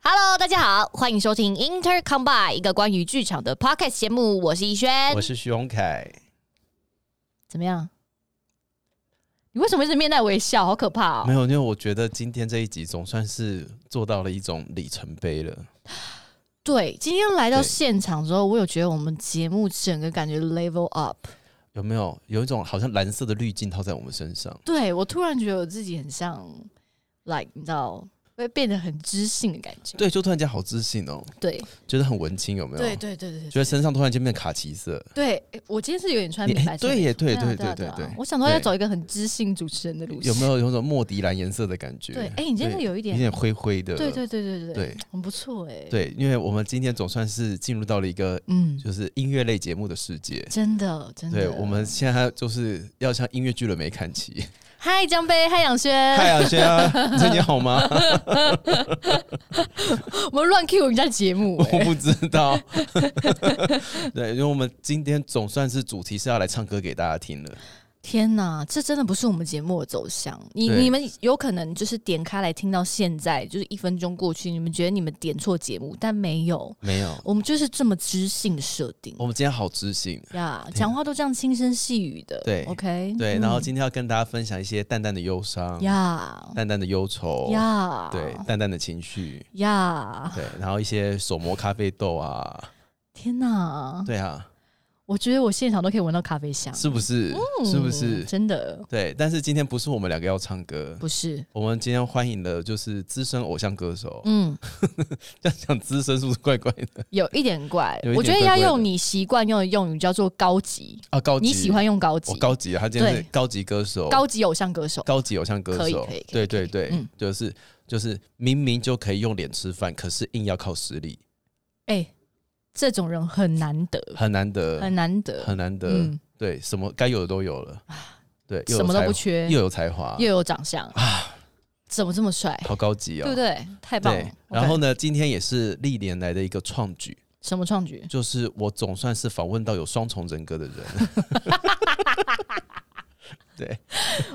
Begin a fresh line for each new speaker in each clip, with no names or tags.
好，欢迎收听 Inter Combine 一个关于剧场的 podcast 节目，我是怡轩
我。是徐宏凯，
怎么样？你为什么一直面带微笑？好可怕哦！
没有，因为我觉得今天这一集总算是做到了一种里程碑了。
对，今天来到
对
现场之后，我有觉得我们节目整个感觉 level up。
有没有有一种好像蓝色的滤镜套在我们身上？
对我突然觉得我自己很像，like 你知道，会变得很知性的感觉。
对，就突然间好自信哦，
对
觉得很文青，有没有？
对对对对
觉得身上突然间变卡其色。
对，诶我今天是有点穿
你
品白
哎
色。
对耶，对
啊
对
啊
对对
啊
对，
我想说要
对
走一个很知性主持人的路线。
有没有有一种莫迪蓝颜色的感觉？
对，哎，你今天
对
有一点
有，点灰灰的。
对对对对对，
对
很不错哎。，
对，因为我们今天总算是进入到了一个
嗯，
就是音乐类节目的世界。
真的真的。
对，我们现在就是要向音乐剧了没 看齐。
嗨江杯，嗨杨轩，
嗨，啊，轩啊，你最近好吗？
我们乱 Q 人家节 目
我
哎。
不知道。对，因为我们今天总算是主题是要来唱歌给大家听了。
天哪，这真的不是我们节目的走向。你
对
你们有可能就是点开来听到现在，就是一分钟过去，你们觉得你们点错节目，但没有，
没有，
我们就是这么知性的设定
我们今天好知性。
呀，讲话都这样轻声细语的。
对
，OK，
对，
嗯
然后今天要跟大家分享一些淡淡的忧伤、
呀
淡淡的忧愁、
呀，
哦对，淡淡的情绪，
呀，
对，然后一些手磨咖啡豆啊，
天哪，
对啊，
我觉得我现场都可以闻到咖啡香，
是不是？是不是
嗯？真的
对，但是今天不是我们两个要唱歌，
不是？
我们今天欢迎了就是资深偶像歌手，
嗯，
这样讲资深是不是怪怪的
有一点怪，
有一点
我觉得要
怪怪的
用你习惯用的用语叫做哦高级，
啊？高级
你喜欢用高级
我，高级啊，他今天是
对
高级歌手，
高级偶像歌手，
高级偶像歌
哦可以
手
可以可以，
对
可以
对对
嗯，
就是就是明明就可以用脸吃饭，可是硬要靠实力，
哎、这种人很难得，
很难得，
很难得，
很难得。
嗯，啊
对，什么该有的都有了，对，又有
什么都
才
不
华，
缺，
又有才华，啊
又有长相，怎么这么帅，
好高级
对不
哦。
对？太棒了
对，。然后
OK
呢，今天也是历年来的一个创举，
什么创举？
就是我总算是访问到有双重人格 的人。对，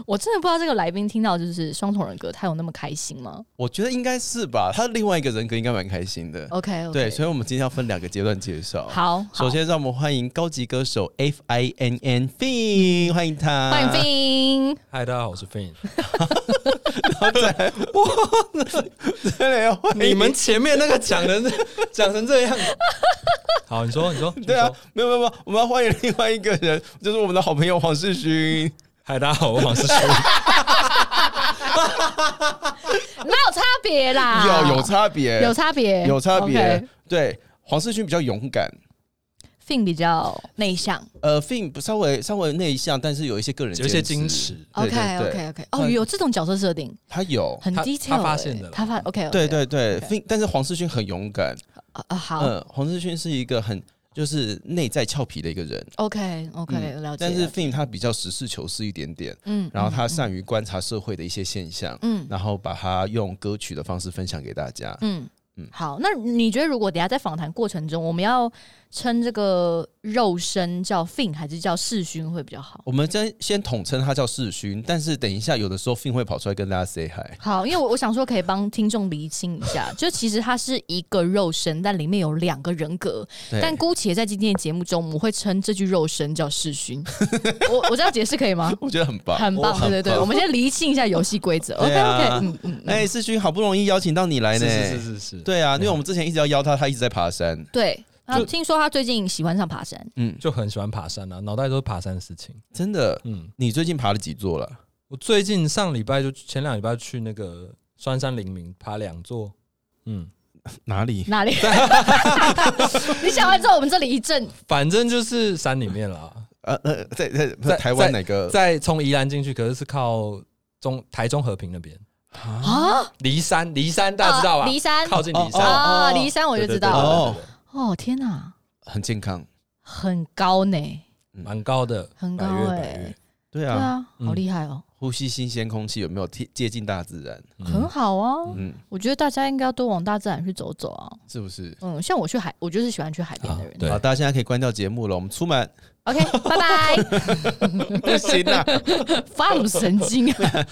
我真的不知道这个来宾听到就是双重人格，他有那么开心吗
我觉得应该是吧，他另外一个人格应该蛮开心的。
？OK，, o k
呃对，所以我们今天要分两个阶段介绍。
好，好嗯
首先，让我们欢迎高级歌手 F I N N Fin，欢迎他，
欢迎 冰，
嗨，大家好，我是 Fin。
Fin，真的要欢迎
你们前面那个讲的那讲成这样，好，你说，你说，
对啊
你
没
说，
有没有没有，我们要欢迎另外一个人，就是我们的好朋友黄世勋。
嗨，大家好，我王思修。
哪有差别啦？
有有差别，
啊有差别，
有差别
OK。
对，黄世勋比较勇敢，
Fin 比较内向
呃，Fin 不稍微稍微内向，但是有一些个人
有一些
坚
矜
持
持。
对
，OK
对
OK
对
OK，哦，有这种角色设定，
他有，
很
他
detail，
他发
欸
现的啦
他发 OK，
对对对，Fin，但是黄世勋很勇敢。
啊，好
嗯，黄世勋是一个很就是内在俏皮的一个人。
，OK OK，了嗯解，
嗯但是
了解
Fin 他比较实事求是一点点，
嗯
然后他善于观察社会的一些现象，
嗯
然后把它用歌曲的方式分享给大家。
嗯嗯
嗯，
好，那你觉得如果等一下在访谈过程中，我们要称这个肉身叫 Fin 还是叫世勋会比较好？
我们先先统称它叫世勋，但是等一下有的时候 Fin 会跑出来跟大家 say hi。
好，因为我我想说可以帮听众厘清一下，就其实它是一个肉身，但里面有两个人格，
对，
但姑且在今天的节目中，我们会称这具肉身叫世勋。 我我这样解释可以吗？
我觉得很棒，
很棒，
我
对对对，
棒
我们先厘清一下游戏规则。OK
对啊
OK，嗯嗯，嗯
哎、世勋好不容易邀请到你来
是
呢，
是是是是，
对啊，因为我们之前一直要邀他，他一直在爬山。
对。他
就
听说他最近喜欢上爬山，
嗯，
就很喜欢爬山啊，脑袋都是爬山的事情。
真的，
嗯，
你最近爬了几座了？
我最近上礼拜就前两礼拜去那个酸山林明爬两座，嗯，
哪里？
哪里？ 你想完之后，我们这里一阵
反正就是山里面啦，
呃呃，在在在
在
台湾哪个？
在从宜兰进去，可是是靠中台中和平那边，
啊
啊，
离山离山大家知道吧？
啊骊山
靠近离
哦
山，
啊，
哦
骊山我就知
对
道
对
了。
哦，对对对
哦，天哪，
很健康。
很高呢，
对蛮高的，
很高
百越
哎
百越
对
对
啊，
啊，
嗯
好厉害哦，
呼吸新鲜空气有没有贴接近大自然？
嗯
很好啊。
嗯，
我觉得大家应该要多往大自然去走走啊。
是不是？
嗯，像我去海，我就是喜欢去海边的人
啊 对
好，大家现在可以关掉节目了，我们出门。
OK，拜拜，
不行啦，
发什么神经啊？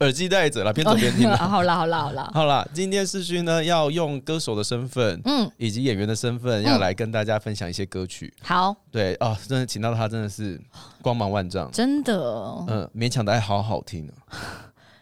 耳机戴着啦，边走边听啊
哦
啦。
好啦好啦好啦，
好啦，今天世勋呢要用歌手的身份
嗯，
以及演员的身份，要来跟大家分享一些歌曲。
好，
对哦，真的请到他真的是光芒万丈。
真的，
嗯、勉强的还好好听、哦，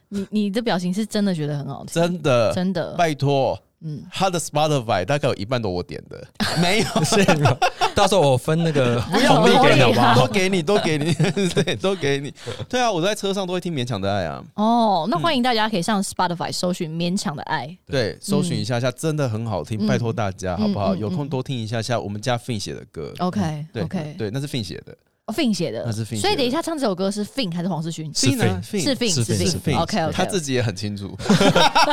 你你的表情是真的觉得很好听，
真的，
真的，
拜托，
嗯，
他的 Spotify 大概有一半都我点 的，没 有，
谢谢你们。到时候我分那个
不要
红利给你好不
都
好？
给你，都给你， 对，都给你。对啊，我在车上都会听《勉强的爱》啊，
哦，那欢迎大家可以上 Spotify 搜寻《勉强的爱》，
对，搜寻一下下，真的很好听，
嗯
拜托大家好不
嗯
好？
嗯嗯
有空多听一下下我们家 Fin 写的歌。
OK
嗯对
OK，
对，那是 Fin 写的。
哦，Fin 写的，
那是
所
Fin
以
写的
等一下唱这首歌是 Fin 还是黄世勋？
是
Fin 啊
Fin
是 Fin
是 Fin，
是 Fin，
OK OK，
他自己也很清楚。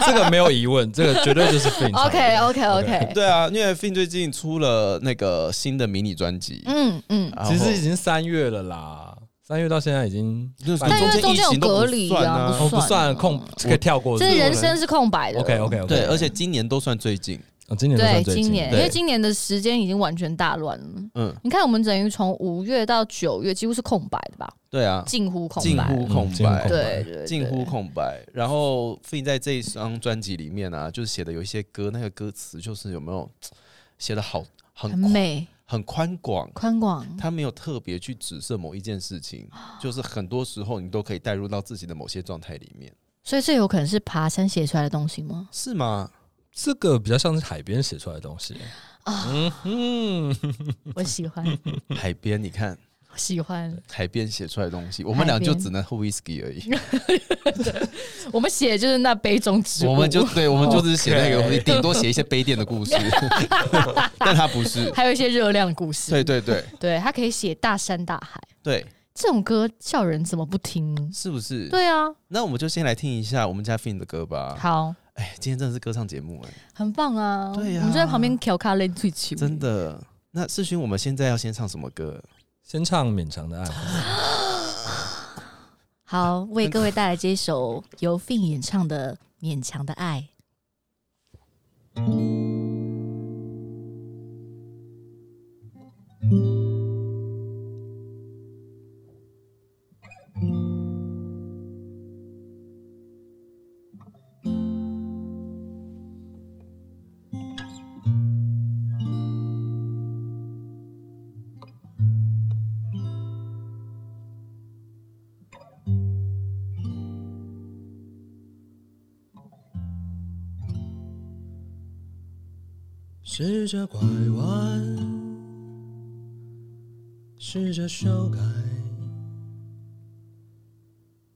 这个没有疑问，这个绝对就是 Fin 唱 的
OK OK OK，
对啊，因为 Fin 最近出了那个新的迷你专辑，
嗯嗯，
然后
其实已经三月了啦，三月到现在已经
就是
但因为
中
疫
间有
情都
隔
不
离
算
啊
啊。
哦不
算
算
了
空，这个跳过。
这是人生是空白的。
OK OK OK，
对，而且今年都算最近，
哦今年都
对，
算最
今年因
对
为今年的时间已经完全大乱了。
嗯，
你看，我们等于从五月到九月几乎是空白的吧，
对啊，
近乎空
近
白。
乎空
嗯近乎
白，
空白
对对，对
近乎。空白。然后 Fin 在这一张专辑里面啊，就是写的有一些歌，那个歌词就是有没有写的好很
很
宽
美，
很宽广，
宽广。
他没有特别去指涉某一件事情，
啊
就是很多时候你都可以带入到自己的某些状态里面，
所以这有可能是爬山写出来的东西 吗？
是吗？
这个比较像是海边写出来的东西。
啊
嗯嗯，
我喜欢，
海边，你看
我喜欢。
海边写出来的东西，我们
海
俩就
边
只能喝 whisky 而已，
我们写的就是那杯中之物，
我们就对，我们就只 是写那个
OK
顶多写一些杯垫的故事，但他不是，
还有一些热量故事。
对对对
对，他可以写大山大海。
对，
这种歌叫人怎么不听？
是不是？
对啊，
那我们就先来听一下我们家 Fin 的歌吧。
好，
哎，今天真的是歌唱节目哎、
很棒啊！
对啊
我们就在旁边调卡练最球，
真的。那世勋，我们现在要先唱什么歌？
先唱《勉强的爱》。
好，为各位带来这一首由 Fin 演唱的《勉强的爱》。
试着拐弯，试着修改，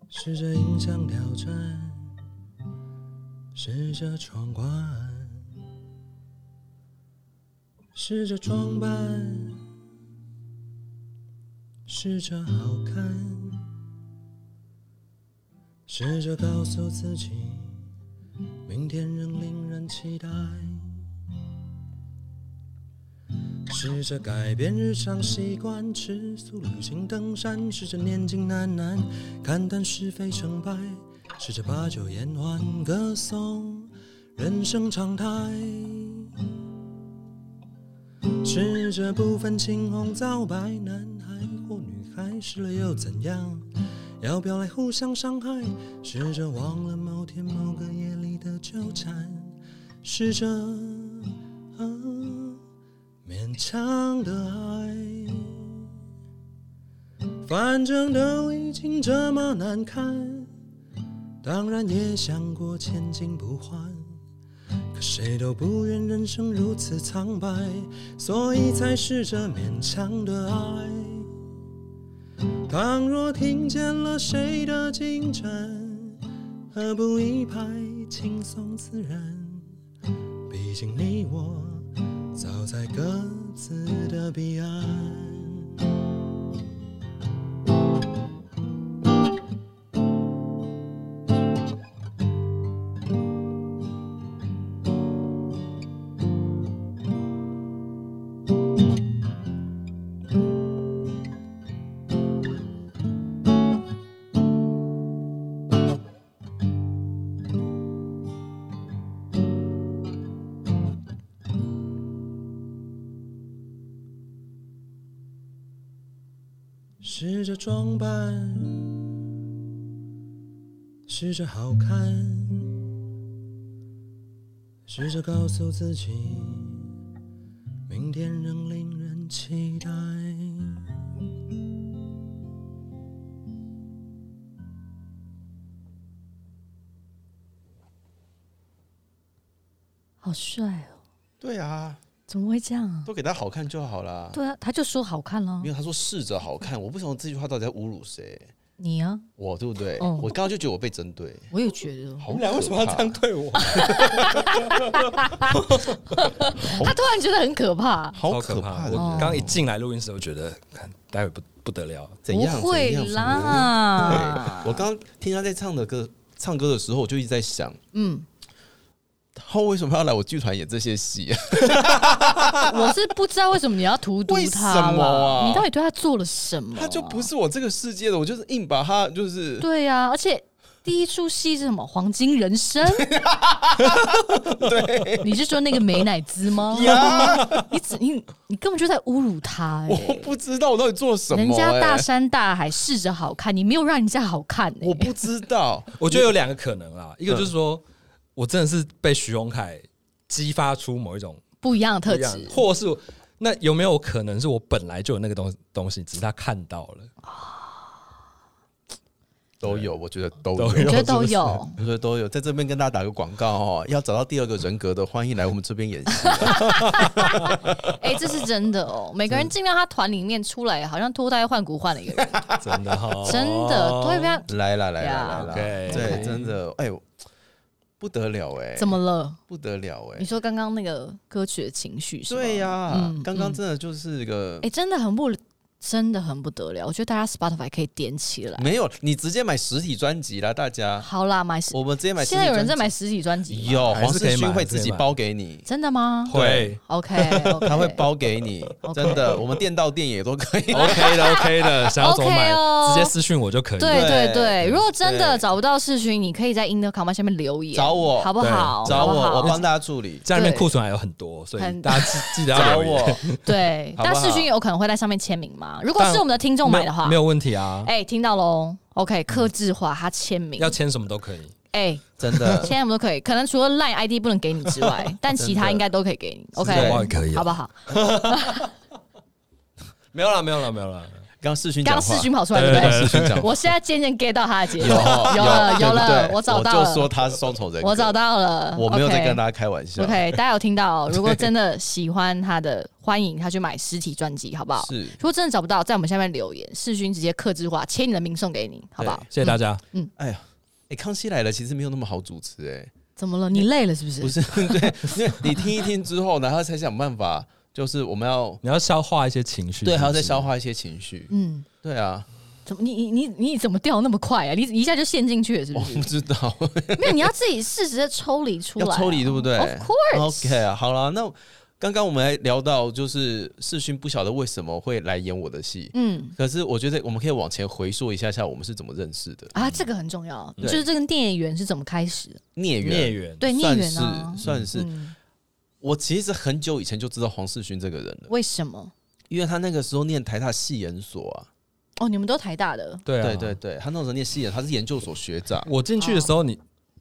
试着迎向挑战，试着闯关，试着装扮，试着好看，试着告诉自己，明天仍令人期待。试着改变日常习惯，吃素、旅行、登山，试着年近难难，看淡是非成败，试着把酒言欢，歌颂人生常态。试着不分青红皂白，男孩或女孩，试了又怎样？要不要来互相伤害？试着忘了某天某个夜里的纠缠，试着。啊勉强的爱，反正都已经这么难看，当然也想过千金不换，可谁都不愿人生如此苍白，所以才试着勉强的爱。倘若听见了谁的进展，何不一拍轻松自然？毕竟你我早在各自的彼岸。试着装扮，试着好看，试着告诉自己，明天仍令人期待。
好帅哦！
对啊，
怎么会这样啊？
都给他好看就好啦。
对啊，他就说好看了啊
没。有，他说试着好看，我不晓得这句话到底在侮辱谁，
你啊，
我对不对？
哦
我刚刚就觉得我被针对，
我也觉得。
好
你们俩为什么要
可
这
怕
样？对我？
他突然觉得很可怕。
好
可
可怕
怕！
的
我
人！
哦
刚一进来录音室，我觉得看待会不不得了。
怎样？
不会
怎样
啦
对我刚刚听他在唱的歌，唱歌的时候，我就一直在想，
嗯，
他为什么要来我剧团演这些戏啊？
我是不知道为什么你要荼毒
为什
他
么
了。
啊
你到底对他做了什么啊？
他就不是我这个世界的，我就是硬把他就是
对呀、而且第一出戏是什么？黄金人 生？对，你是说那个美乃滋吗？ 你只你你根本就在侮辱他、欸，
我不知道我到底做什么、
人家大
欸
山大海试着好看，你没有让人家好看、欸，
我不知 道，
我觉得有两个可能啦，一个就是说我真的是被徐荣凯激发出某一种
不一样的
不
特
一样
质。
或是我那有没有可能是我本来就有那个东东西，只是他看到了？
都有，我觉得都有。
都
我觉得
是
都
不是
有，
我觉得都有，在这边跟大家打个广告哦，要找到第二个人格的，欢迎来我们这边演戏。
哎、这是真的哦。每个人进到他团里面出来，好像脱胎换骨换了一个人，
真的哈，
哦
真的都会被他
来啦来啦
Yeah
来
OK
啦，对，真的，哎，不得了哎，
怎么了？
不得了哎
你？说刚刚那个歌曲的情绪是吗？
对呀、
嗯
刚刚真的就是个
哎、、真的很不，真的很不得了。我觉得大家 Spotify 可以点起来。
没有，你直接买实体专辑啦，大家，
好啦，买实
嗯我们直接买实体
现
专辑。
在有人在买实体专辑吗，
有
还是
黄
可以
世
买
勋会
还是可以
自己
买
包给你，
真的吗
会
？OK，
他会包 给你，真的，我们店到店也都可以。
OK 的 OK 的，想要怎么买
OK 哦
直接私讯我就可以。
对对
对
对，如果真的
对
找不到世勋，你可以在 Inner Command 下面留言，
找我
好不 好？
找
好不
我，
好
我帮大家处理。
家里面
对
库存还有很多，所
很
以大家记记得
找
要留
我
言。，
对，
好不
但
好
世勋有可能会在上面签名吗？如果是我们的听众买的话
没，有问题啊，
哎，听到喽，OK，克
嗯
制化他签名
要，签什么都可以。
哎，
真的
签什么都可以，可能除了 Line ID 不能给你之 外，但其他应该都可以给你，OK，
是的
哇可以啊
好不好？
没有啦，没有啦，没有啦。
刚世勋
刚
讲
刚
话
世，勋跑出
哎
来，对不
世
对？
勋讲话
我现在渐渐 get 到他的节奏，
有
有了有了
对，不对
我找到
我就说
了，
他是双重人格，
我找到了，
我没有在
OK
跟大家开玩笑。
OK，大家有听到？哦 如果真的喜欢他的，欢迎他去买实体专辑，好不好？
是
如果真的找不到，在我们下面留言，世勋直接克制化，签你的名送给你，好不好？
谢谢大家。
哎呀，哎，康熙来了其实没有那么好主持哎，
怎么了？你累了是不是？
不是 对，因为你听一听之后，然后才想办法，就是我们要
你要消化一些情绪，
对，还要再
是不是
消化一些情绪。
嗯，
对啊，
怎么你你你你怎么掉那么快啊？你一下就陷进去了，是
我
不是？
不知道，
没有，你要自己适时的抽离出
要
来啊、
抽离对不对
Of course，
OK 啊，好了，那刚刚我们还聊到，就是世勋不晓得为什么会来演我的戏，
嗯
可是我觉得我们可以往前回溯一下下，我们是怎么认识的？
啊，这个很重要，
对
就是这跟电影员是怎么开始的？
孽缘，
孽缘。
对，孽
算
缘
是、
啊，
算是、
嗯，
我其实很久以前就知道黄世勋这个人了，
为什么？
因为他那个时候念台大戏研所啊，
哦，你们都台大的，
对啊
对对对，他那时候念戏研，他是研究所学长，
我进去的时候你，
哦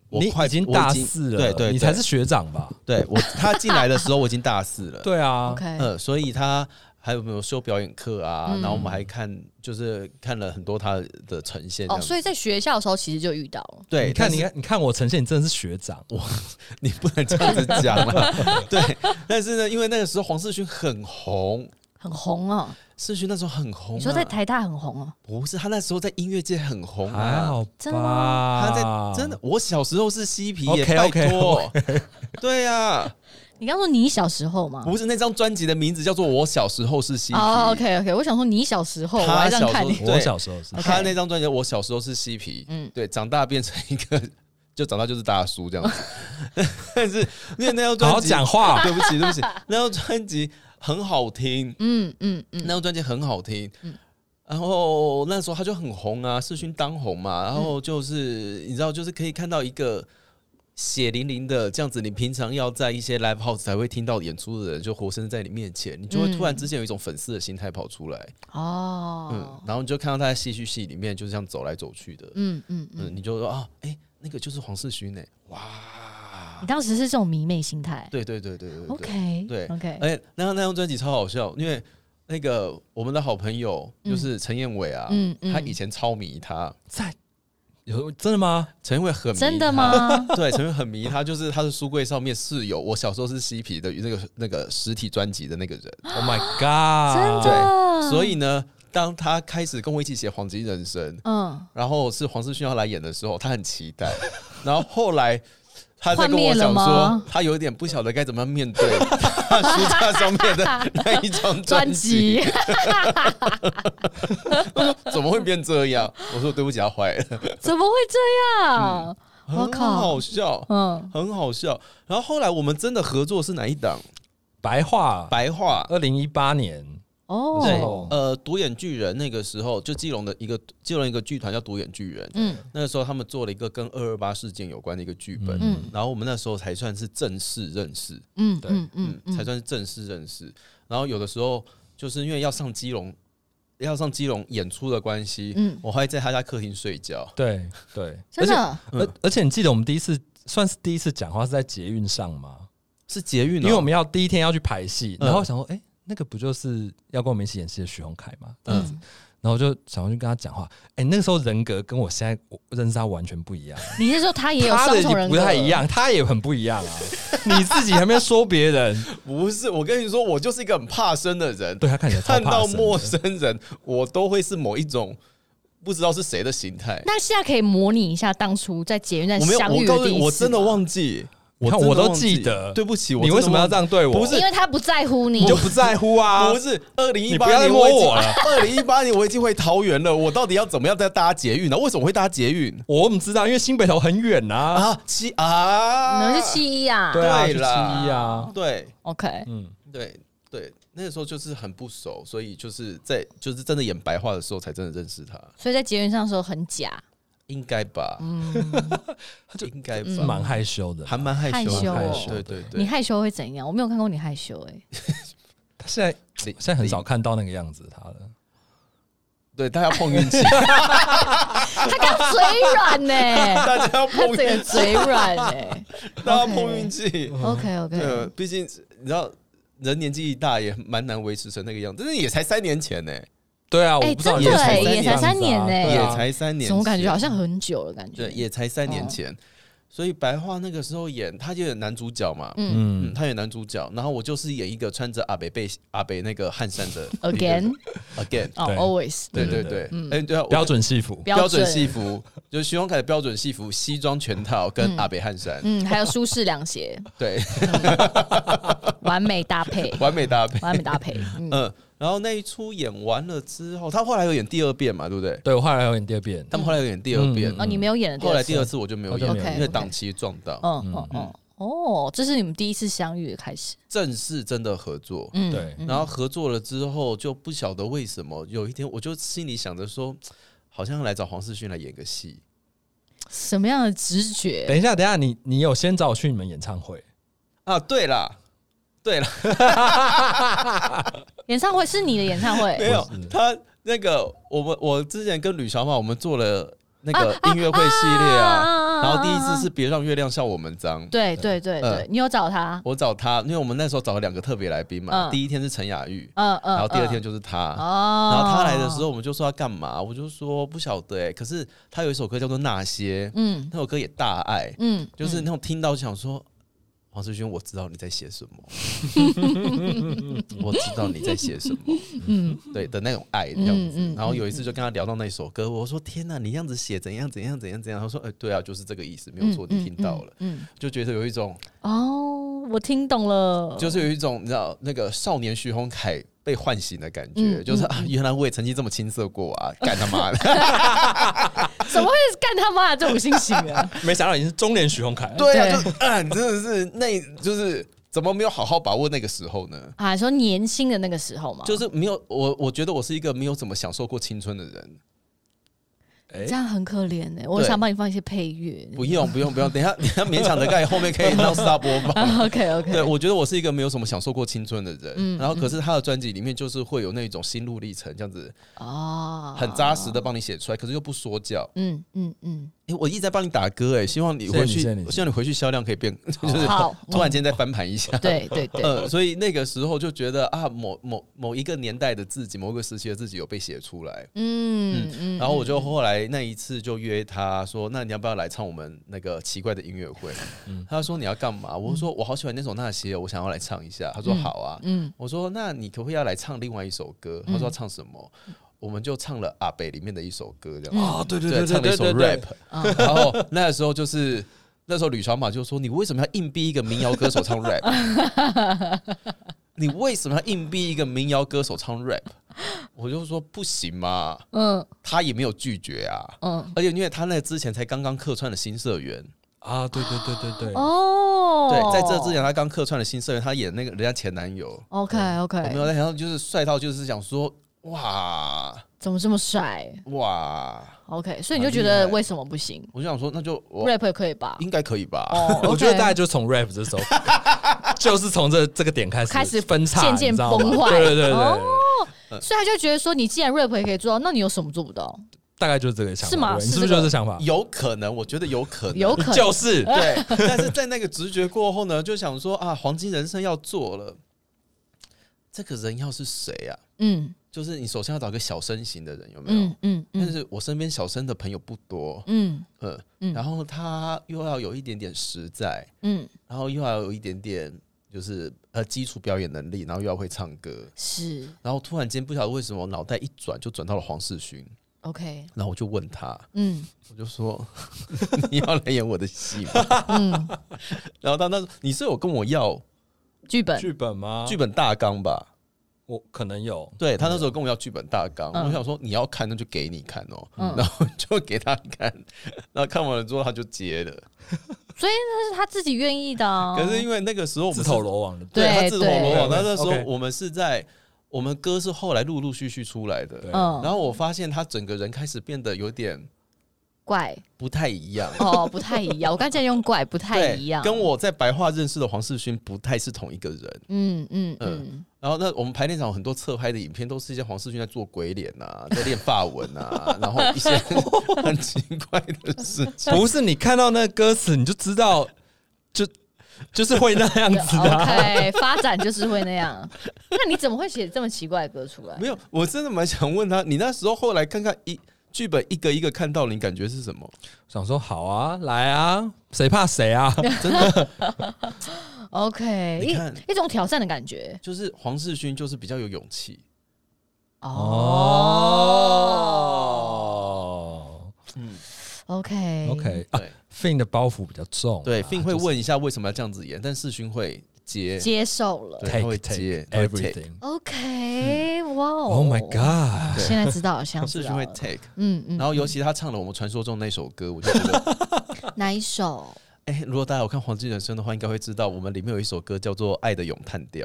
我
你
快
已经
我
大四了，
对对，对
你才是学长吧？
对我他进来的时候我已经大四了，
对啊
OK，、哦
呃，所以他还有没有修表演课啊？
嗯
然后我们还看，就是看了很多他的呈现这
哦，
样子。
所以在学校的时候其实就遇到了。
对，
你看，
但是
你看，你看我呈现，你真的是学长，
你不能这样子讲了。 对，但是呢，因为那个时候黄世勋很红，
很红啊！
世勋那时候很红、啊。
你说在台大很红啊？
不是他那时候在音乐界很红
还
啊。
好
真的
吧？
他在真的，我小时候是嬉皮耶，拜
OK，OK，
托。对啊呀，
你刚说你小时候哦吗？
不是那张专辑的名字叫做《我小时候是嬉皮》。
哦，OK OK，我想说你小时候，我
他
还这样
小时
看
候
你。
我小时候是
OK
他那张专辑，我小时候是嬉皮，
嗯
嗯，对，长大变成一个，就长大就是大叔这样子。但是因为那张
好好
专辑，
讲话，
对不起，对不起，那张专辑很好听，
嗯嗯嗯，
那张专辑很好听。然后那时候他
嗯
就很红啊，世勋当红嘛，然后就是、你知道，就是可以看到一个血淋淋的这样子，你平常要在一些 live house 才会听到演出的人，就活生生在你面前，你就会突然之间有一种粉丝的心态跑出来，嗯
哦，，
然后你就看到他在戏剧系里面就这样走来走去的，
嗯嗯嗯，哎
嗯，你就说啊，哎、那个就是黄世勋欸呢、
你
哇，
当时是这种迷妹心态
啊对对对对对对
，OK，
对
OK，
而且那张那张专辑超好笑，因为那个我们的好朋友就是陈彦伟啊，
嗯嗯
他以前超迷他，
在有真的吗？
陈彦伟很迷
真的
他？
吗？
对，陈彦伟很迷他，就是他的书柜上面是有我小时候是嬉皮的那个那个实体专辑的那个人，
Oh my
真
god！
的，
所以呢，当他开始跟我一起写《黄金人生》，
嗯，
然后是黄世勋要来演的时候，他很期 待，然后后来。他在
幻
跟
灭
我
了
讲
吗
说，他有一点不晓得该怎么样面对 他书架上面的那一张专
专
辑，
辑
怎么会变这样？我说对不起，他坏了，
怎么会这样？我
很
靠
好，笑，
嗯，
很好笑。然后后来我们真的合作是哪一档？
白话，
白话，
二零一八年，对
哦，
呃，独眼巨人那个时候就基隆的一个基隆一个剧团叫独眼巨人，
嗯
那个时候他们做了一个跟二二八事件有关的一个剧本，
嗯
然后我们那时候才算是正式认识，
嗯
对
嗯嗯
嗯，才算是正式认识。然后有的时候就是因为要上基隆，要上基隆演出的关系，
嗯
我还在他家客厅睡觉，
对对，
真的，
嗯
而而且你记得我们第一次算是第一次讲话是在捷运上吗？
是捷运、哦，
因为我们要第一天要去排戏，
嗯
然后想说，哎、那个不就是要跟我们一起演戏的徐宏凯吗？嗯，
嗯，
然后我就想要去跟他讲话。哎、那个时候人格跟我现在我认识他完全不一样，
你是说他也有
他的
双
已经
重人格？
不太一，样，他也很不一样啊。你自己还没说别人，
不是，我跟你说，我就是一个很怕生的人，
对他看起来超
看
怕
到
生的
陌生人，我都会是某一种不知道是谁的形态。
那现在可以模拟一下当初在捷运站
我没有，
相
我
遇
告
的
诉
第一
你，
次
我真的
吗
忘记，
你看
真的
我都
忘
记得
对不起，我
你为
真的
什么要
忘
这样对我？
不是
因为他不在乎你，
你就不在乎啊？
不是，二零一
你
八
不要再
年
摸
已经
我了。
二零一八年我已经回桃园了，我到底要怎么样再搭捷运呢？为什么会搭捷运
我怎么知道？因为新北头很远呐、啊。
啊？七啊，
你们是七一啊？
对啊，
对
去七
啦
一啊。
对
OK，
嗯，
对对，那个时候就是很不熟，所以就是在就是真的演白话的时候才真的认识他，
所以在捷运上的时候很假，
应该吧？
嗯，
应该
是
吧？
蛮害羞的。
还蛮害羞的，
害羞哦
对对
你
对，
害羞会怎样？我没有看过你害羞，哎，
他现在
你
现在很少看到那个样子，他了。
对大家碰运 气，
他刚嘴软 呢，
大家
他
要碰
整
运，
个嘴软哎
大家碰运气。
，OK
呃
OK，，
毕竟你知道，人年纪一大也蛮难维持成那个样子，但是也才三年前呢，
对啊，我不知道
真
你
的
也
哎，
才
也才三年
呢，
哎
也
对啊
才三年
怎
前，
么感觉好像哦很久了？感觉
对，也才三年前。所以白话那个时候演，他就演男主角嘛，
嗯
嗯，
嗯，
他演男主角，然后我就是演一个穿着阿北背阿北那个汗衫的
again
一个 again，
哦
对
，always
对对
对
对
对，
嗯
哎对啊，我
标准戏服。
标准戏，服就是徐宏凯的标准戏服，西装全套跟
嗯
阿北汗衫，
嗯，还有舒适凉 鞋，
对，
完美搭配，
完美搭配。
完美搭配，嗯，
嗯，然后那一出演完了之后，他后来有演第二遍嘛，对不对？
对我后来还有演第二遍，
他们后来有演第二遍
嗯，
哦，你没有演的
后来第二
次，
次我就没有
我就
演
没有
了，因为
OK，OK
档期撞到。
嗯嗯嗯，哦，这是你们第一次相遇的开始，
正式真的合作，
嗯，
对
嗯
然后合作了之后就不晓得为什么，有一天我就心里想着说，好像来找黄世勋来演个戏。
什么样的直觉？
等一下，等一下，你你有先找我去你们演唱会？
啊，对啦，对啦，
演唱会是你的演唱会，
没有
不是
他那个我们我之前跟吕小马我们做了那个
啊
音乐会系列啊，
啊
然后第一次是别让月亮笑我们脏，
对对对
嗯
对，你有找他，
我找他，因为我们那时候找了两个特别来宾嘛，
嗯
第一天是陈雅玉，
嗯嗯，
然后第二天
嗯
就是他，
哦，
然后他来的时候，我们就说要干嘛，我就说不晓得哎、可是他有一首歌叫做《那些》，
嗯
那首歌也大爱，
嗯，
就是
嗯
那种听到就想说，黄世勋，我知道你在 写什么，我知道你在写什么，嗯，对的那种爱这样子
嗯嗯。
然后有一次就跟他聊到那首歌，我说天哪，你这样子写怎样怎样怎样怎样？他说，哎，对啊，就是这个意思，没有错，你听到了，，
嗯，
就觉得有一种，
嗯嗯哦，我听懂了，
就是有一种你知道那个少年徐宏凯。被唤醒的感觉，
嗯
就是啊，原来我也曾经这么青涩过 啊！干他妈的，
怎么会是干他妈的这种心情 啊？
没想到已经是中年徐宏凯，
对啊，就是啊，你真的是那，就是怎么没有好好把握那个时候呢？
啊，说年轻的那个时候嘛，
就是没有我，我觉得我是一个没有怎么享受过青春的人。哎
这样很可怜呢、我
对
想帮你放一些配乐。
不用不用不用，等一下 等一下勉强的盖后面可以让大播放。
OK
对，
OK，
我觉得我是一个没有什么享受过青春的人，
嗯
然后可是他的专辑里面就是会有那种心路历程，这样子
哦，
很扎实的。帮你写出来，可是又不说教。
嗯嗯嗯，
诶我一直在帮你打歌，哎，希望你回去，
谢谢你谢谢你
希望你回去销量可以变， 就是
好
突然间再翻盘一 下。
对对对，
呃，所以那个时候就觉得啊，某某某一个年代的自己，某一个时期的自己有被写出来。
嗯嗯。
然后我就后来那一次就约他说，那你要不要来唱我们那个奇怪的音乐会？
嗯
他说你要干嘛？我说我好喜欢那首那些，我想要来唱一下。他说好啊。
嗯
我说那你可不可以要来唱另外一首歌？他说要唱什么？我们就唱了阿北里面的一首歌，
嗯
这样
啊，对对
对，
对
唱了
对
一首
对对
rap，。然后那时候就是那时候吕小马就说：“你为什么要硬逼一个民谣歌手唱 rap？你为什么要硬逼一个民谣歌手唱 rap？” 我就说：“不行嘛。”
嗯
他也没有拒绝啊。
嗯
而且因为他那之前才刚刚客串了新社员，
啊，对对对对对，
哦，
对，在这之前他刚客串了新社员，他演那个人家前男友，
，OK
我没
OK，
有在想到就是帅到就是想说哇
怎么这么帅
哇，
？OK，所以你就
很
觉
厉
得
害
为什么不行
我就想说那就我
？rap 也可以吧？
应该可以吧。
哦
我觉得大
家
家就从 rap 这首， 就是从这这个点开始
开始
分叉，
渐渐
你知道吗
崩坏
对对对对对
哦，所以他就觉得说，你既然 rap 也可以做到，那你有什么做不到？
大概就是这个想法，
是吗
对你
是
是不是
这
就是
个
这想法？
有可能，我觉得有可能，
有可能
就是
对，但是在那个直觉过后呢，就想说啊，黄金人生要做了，这个人要是谁啊？
嗯
就是你首先要找一个小身型的人，有没有？
嗯嗯
但
嗯
是我身边小生的朋友不多，
嗯
嗯，
嗯
然后他又要有一点点实在，
嗯，
然后又要有一点点就是呃基础表演能力，然后又要会唱歌，
是
然后突然间不晓得为什么脑袋一转就转到了黄世勋，
OK，
然后我就问他，
嗯
我就说 你要来演我的戏吗？
嗯，
然后他那时候你是有跟我要
剧本
剧本吗？
剧本大纲吧？
我可能有，
啊对他那时候跟我要剧本大纲，
嗯
我想说你要看那就给你看哦，
嗯
然后就给他看， 然后看完了之后他就接了。
所以那是他自己愿意的啊、
可是因为那个时候我
自
们
投
是
罗网的，
对，
对
他自投罗网。
对
那那时候
OK
我们是在我们歌是后来陆陆续续出来的
对，
嗯，
然后我发现他整个人开始变得有点
怪
不太一样，
哦，不太一样。我刚才用怪不太
对
一样，
跟我在白话认识的黄世勋不太是同一个人。
嗯嗯嗯，
然后那我们排练场有很多侧拍的影片，都是一些黄世勋在做鬼脸啊， 在练发文啊， 然后一些很奇怪的事情。
不是你看到那歌词你就知道，就就是会那样子 的啊。
OK，发展就是会那样。那你怎么会写这么奇怪的歌出来？
没有，我真的蛮想问他，你那时候后来看看一剧本一个一个看到了，你感觉是什么？
想说好啊，来啊，谁怕谁啊？
真的
OK，
你看
一一种挑战的感觉
就是黄世勋就是比较有勇气，
哦。
哦
哦
OK
，OK 啊
对。
，Fin 的包袱比较重啊，
对，Fin 会
就是
问一下为什么要这样子演，但世勋会接，
接受了。
对他会
take
接
take
他会
everything。
OK，哇哦
Oh my god！
现在知道了，现在
世
知
勋
道
会
了。
take。
嗯嗯，
然后尤其他唱了我们传说中那首歌，我就觉得，
哪一首？
哎，如果大家有看《黄金人生》的话，应该会知道我们里面有一首歌叫做《爱的咏叹调》。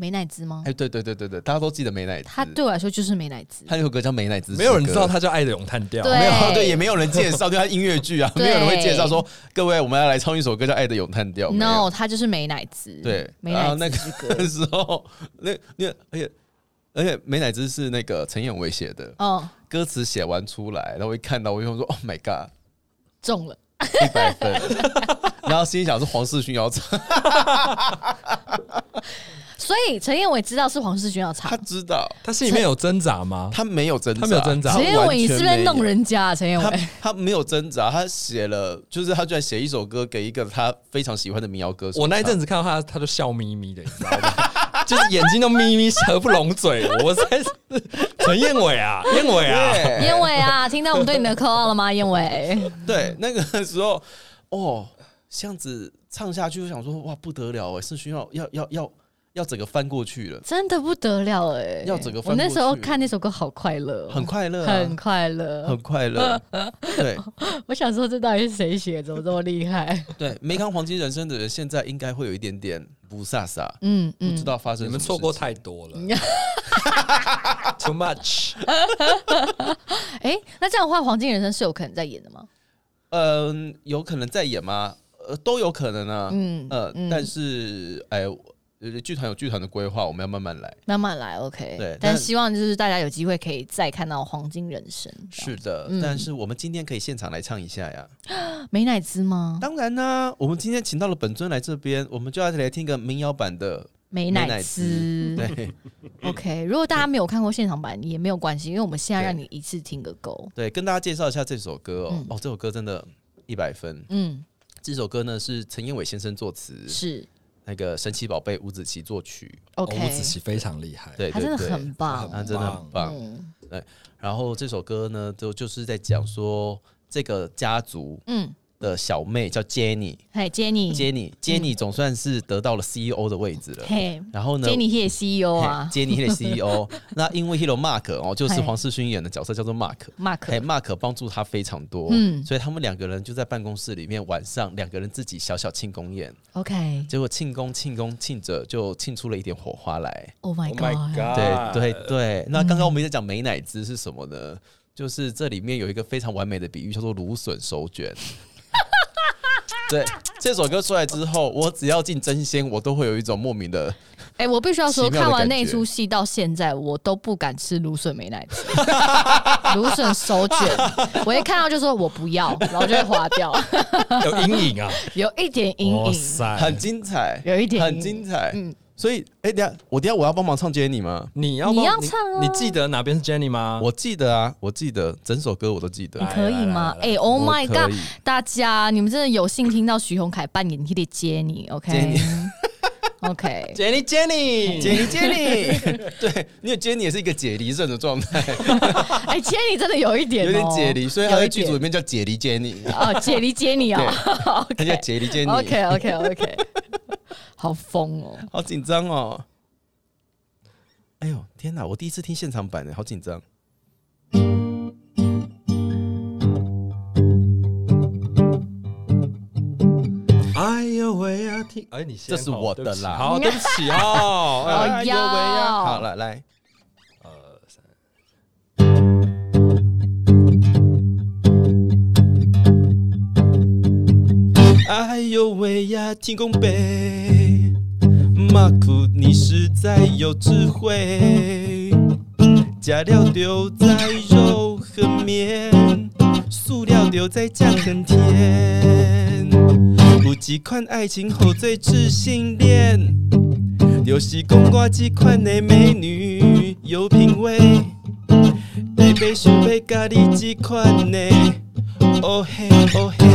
美乃滋吗？
哎，对对对对对，大家都记得美乃滋，
他对我来说就是美乃滋。
他有首歌叫《美乃滋》，
没有人知道。他叫《爱的咏叹调》，
对
没有对，也没有人介绍，对他音乐剧啊，
对
没有人会介绍说，各位我们要来唱一首歌叫《爱的咏叹调》。没有
No，他就是美乃滋。
对
美
然后
乃滋之
那
歌。
时候，那那而且而且美乃滋是那个陈彦维写的，
哦，
歌词写完出来，然后我一看到，我就说 “Oh my god”，
中了。
一百 分。然后心里想是黄世勋要唱，
所以陈彦伟知道是黄世勋要唱
他，知道，
他心里面有挣扎吗？
他没有挣扎，
他没有挣扎
陈彦伟你是不是在
完全没有
弄？人家、啊？陈彦
他
伟，
他没有挣扎，他写了，就是他居然写一首歌给一个他非常喜欢的民谣歌手。
我那一阵
子，
子看到他，他就笑眯眯的，你知道吗？ 就是眼睛都眯眯，合不拢嘴。我在陈彦伟 啊，彦伟啊，
对
彦伟啊，听到我们对你的 call 了吗？彦伟，
对，那个时候，欸哦，这样子唱下去，我想说，哇，不得了哎，世勋要要要要要整个翻过去了，
真的不得了哎、
要整个
我
翻
那
过
时候
去
看那首歌好快乐哦、
很快乐啊、
很快乐。
很快乐。 对
我想说，这到底是谁写？怎么这么厉 害？
对，没看黄金人生的人现在应该会有一点点不飒飒，
嗯
不知
嗯，
道发生
你
什么
们错过
事
太多 了，too much。
哎、那这样的话，《黄金人生》是有可能在演的吗？
嗯、有可能再演吗？呃，都有可能啊。
嗯
呃，
嗯
但是哎，我呃剧团有剧团的规划，我们要慢慢来。
慢慢来，OK。
对
但
但
希望就是大家有机会可以再看到《黄金人生》这样。
是的，
嗯
但是我们今天可以现场来唱一下呀。
美乃滋吗？
当然呢、我们今天请到了本尊来这边，我们就要来听个民谣版的。
美
美
乃
乃
滋。
对
OK，如果大家没有看过现场版也没有关系，因为我们现在
对
让你一次听个够。
对，跟大家介绍一下这首歌哦。
嗯
哦，这首歌真的，一百分。
嗯，
这首歌呢是陈彦伟先生作词，
是
那个神奇宝贝伍子棋作曲。
OK，
哦伍子棋非常厉害，
对
他
对
真的
对，
很棒，
他真的很棒。
嗯
然后这首歌呢，就就是在讲说这个家族
嗯，
的小妹叫 Jenny，Jenny，Jenny、
嘿，Jenny，嗯
Jenny 总算是得到了 CEO 的位置了。
嘿
然后呢
，Jenny 也 CEO 啊
嘿，Jenny 的 CEO，那因为 Hero Mark 哦，就是
嘿
黄世勋演的角色叫做 Mark。嘿
，Mark，
，Mark 帮助他非常多，
嗯
所以他们两个人就在办公室里面，晚上两个人自己小小庆功宴，
，OK，Oh
结果庆功庆功庆着就庆出了一点火花来，
my
Oh my
God，
God，
对对对，那刚刚我们在讲美乃滋是什么呢？就是这里面有一个非常完美的比喻，叫做芦笋 手卷。对，这首歌出来之后，我只要进真仙，我都会有一种莫名的，
哎，我必须要说，
奇妙的
看完那
感觉
出戏到现在，我都不敢吃芦笋美奶滋，芦笋手卷，我一看到就说我不要，然后就会划掉，
有阴影啊，
有一点阴
哇
影，
很
塞！
精彩，
有一点
很精彩。
嗯
所以，哎、等一下我等一下我要帮忙唱接你吗？
你要
你
帮
要唱啊
你记得哪边是 Jenny 吗？
我记得啊，我记得整首歌我都记得
你。可以吗？
来来来来
哎，Oh
我
my
可
God！
以
大家，你们真的有幸听到徐宏凯扮演，你得接你
接
，OK？
你
OK，
Jenny Jenny
杰尼杰尼， 对，因为杰尼也是一个解离症的状态，
哎，接你真的有一点哦，
有点解离，所以他
有
在
一
剧
点
组里面叫解离 杰尼。
哦，解离接 你啊
他叫杰离杰尼。
，OK OK OK，好疯哦！
好紧张哦！哎呦，天哪！我第一次听现场版的，哎好紧张。
哎呦喂呀，听，哎，你先
这是我的啦
好，对不起 哦
哎
哎
呦喂呀
好了，来，哎呦喂呀，天公杯，马库你实在有智慧，加料丢在肉和面，塑料丢在酱很甜，有一款爱情好最自信恋。就是讲我这款的美女有品味，特别想要甲你这款的，哦嘿哦嘿。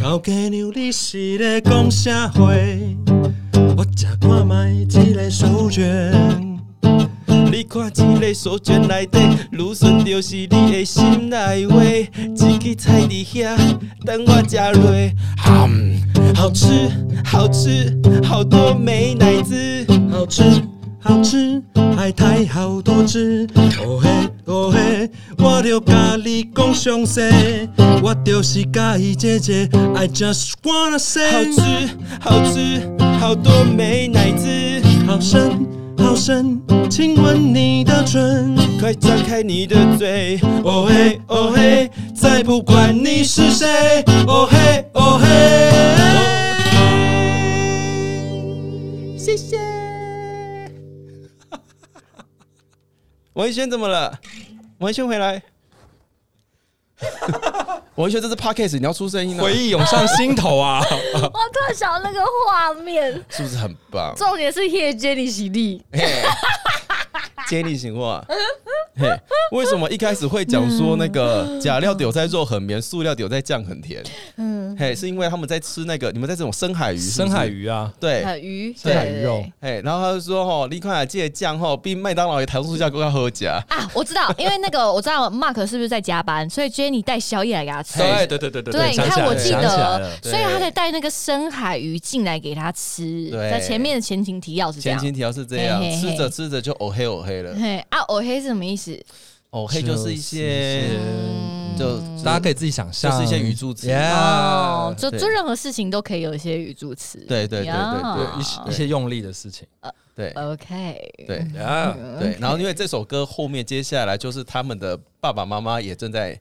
头家娘，你是咧讲啥话？我食看卖这个手卷，
你看这个手卷内底，芦笋就是你的心内话。一支菜伫遐，等我食落，哈好吃好吃，好多美乃滋。
好吃好吃，海苔好多汁。哦嘿哦嘿，我着甲你讲详细，我就是甲伊姐姐，I just wanna
好
say，
吃好吃，好多美乃滋。
好深好深，亲吻你的唇。
快张开你的嘴，
哦嘿哦嘿，再不管你是谁，哦嘿哦嘿。
谢谢。王一轩怎么了？王一轩回来。王一轩，这是 podcast，你要出声音了、啊
回忆涌上心头啊！
我突然想到那个画面，
是不是很棒？
重点是谢接你洗力，
接力行话。嘿，为什么一开始会讲说那个假料丢在肉很绵，塑料丢在酱很甜？
嗯，
嘿，是因为他们在吃那个，你们在这种深海鱼是不是
深海，鱼啊，
对，
还有鱼，
深海
对对
鱼肉
对
哎，然后他就说吼，你看啊这个酱吼，比麦当劳的糖醋酱更要好加。
啊，我知 道，因为那个我知道 Mark 是不是在加班，所以 Jenny 带宵夜来给他吃。
对对对对对
对，你
想起
看
来
我
了
记
想起来了
得，所以他才带那个深海鱼进来给他吃。
对
在前面的前情提要是这
前
样。
情提要是这样
嘿，嘿嘿
吃着吃着就哦黑哦黑了，
嘿啊，我黑是什么意思？
哦黑就是一些
嗯
就
大家可以自己想象，
就是一些语助词
Yeah
哦，就
呃对
做任何事情都可以有一些语助词。
对对对对
呀
一些一些用力的事情。
对
呃，OK，
对
啊，
对，然后因为这首歌后面接下来就是他们的爸爸妈妈也正在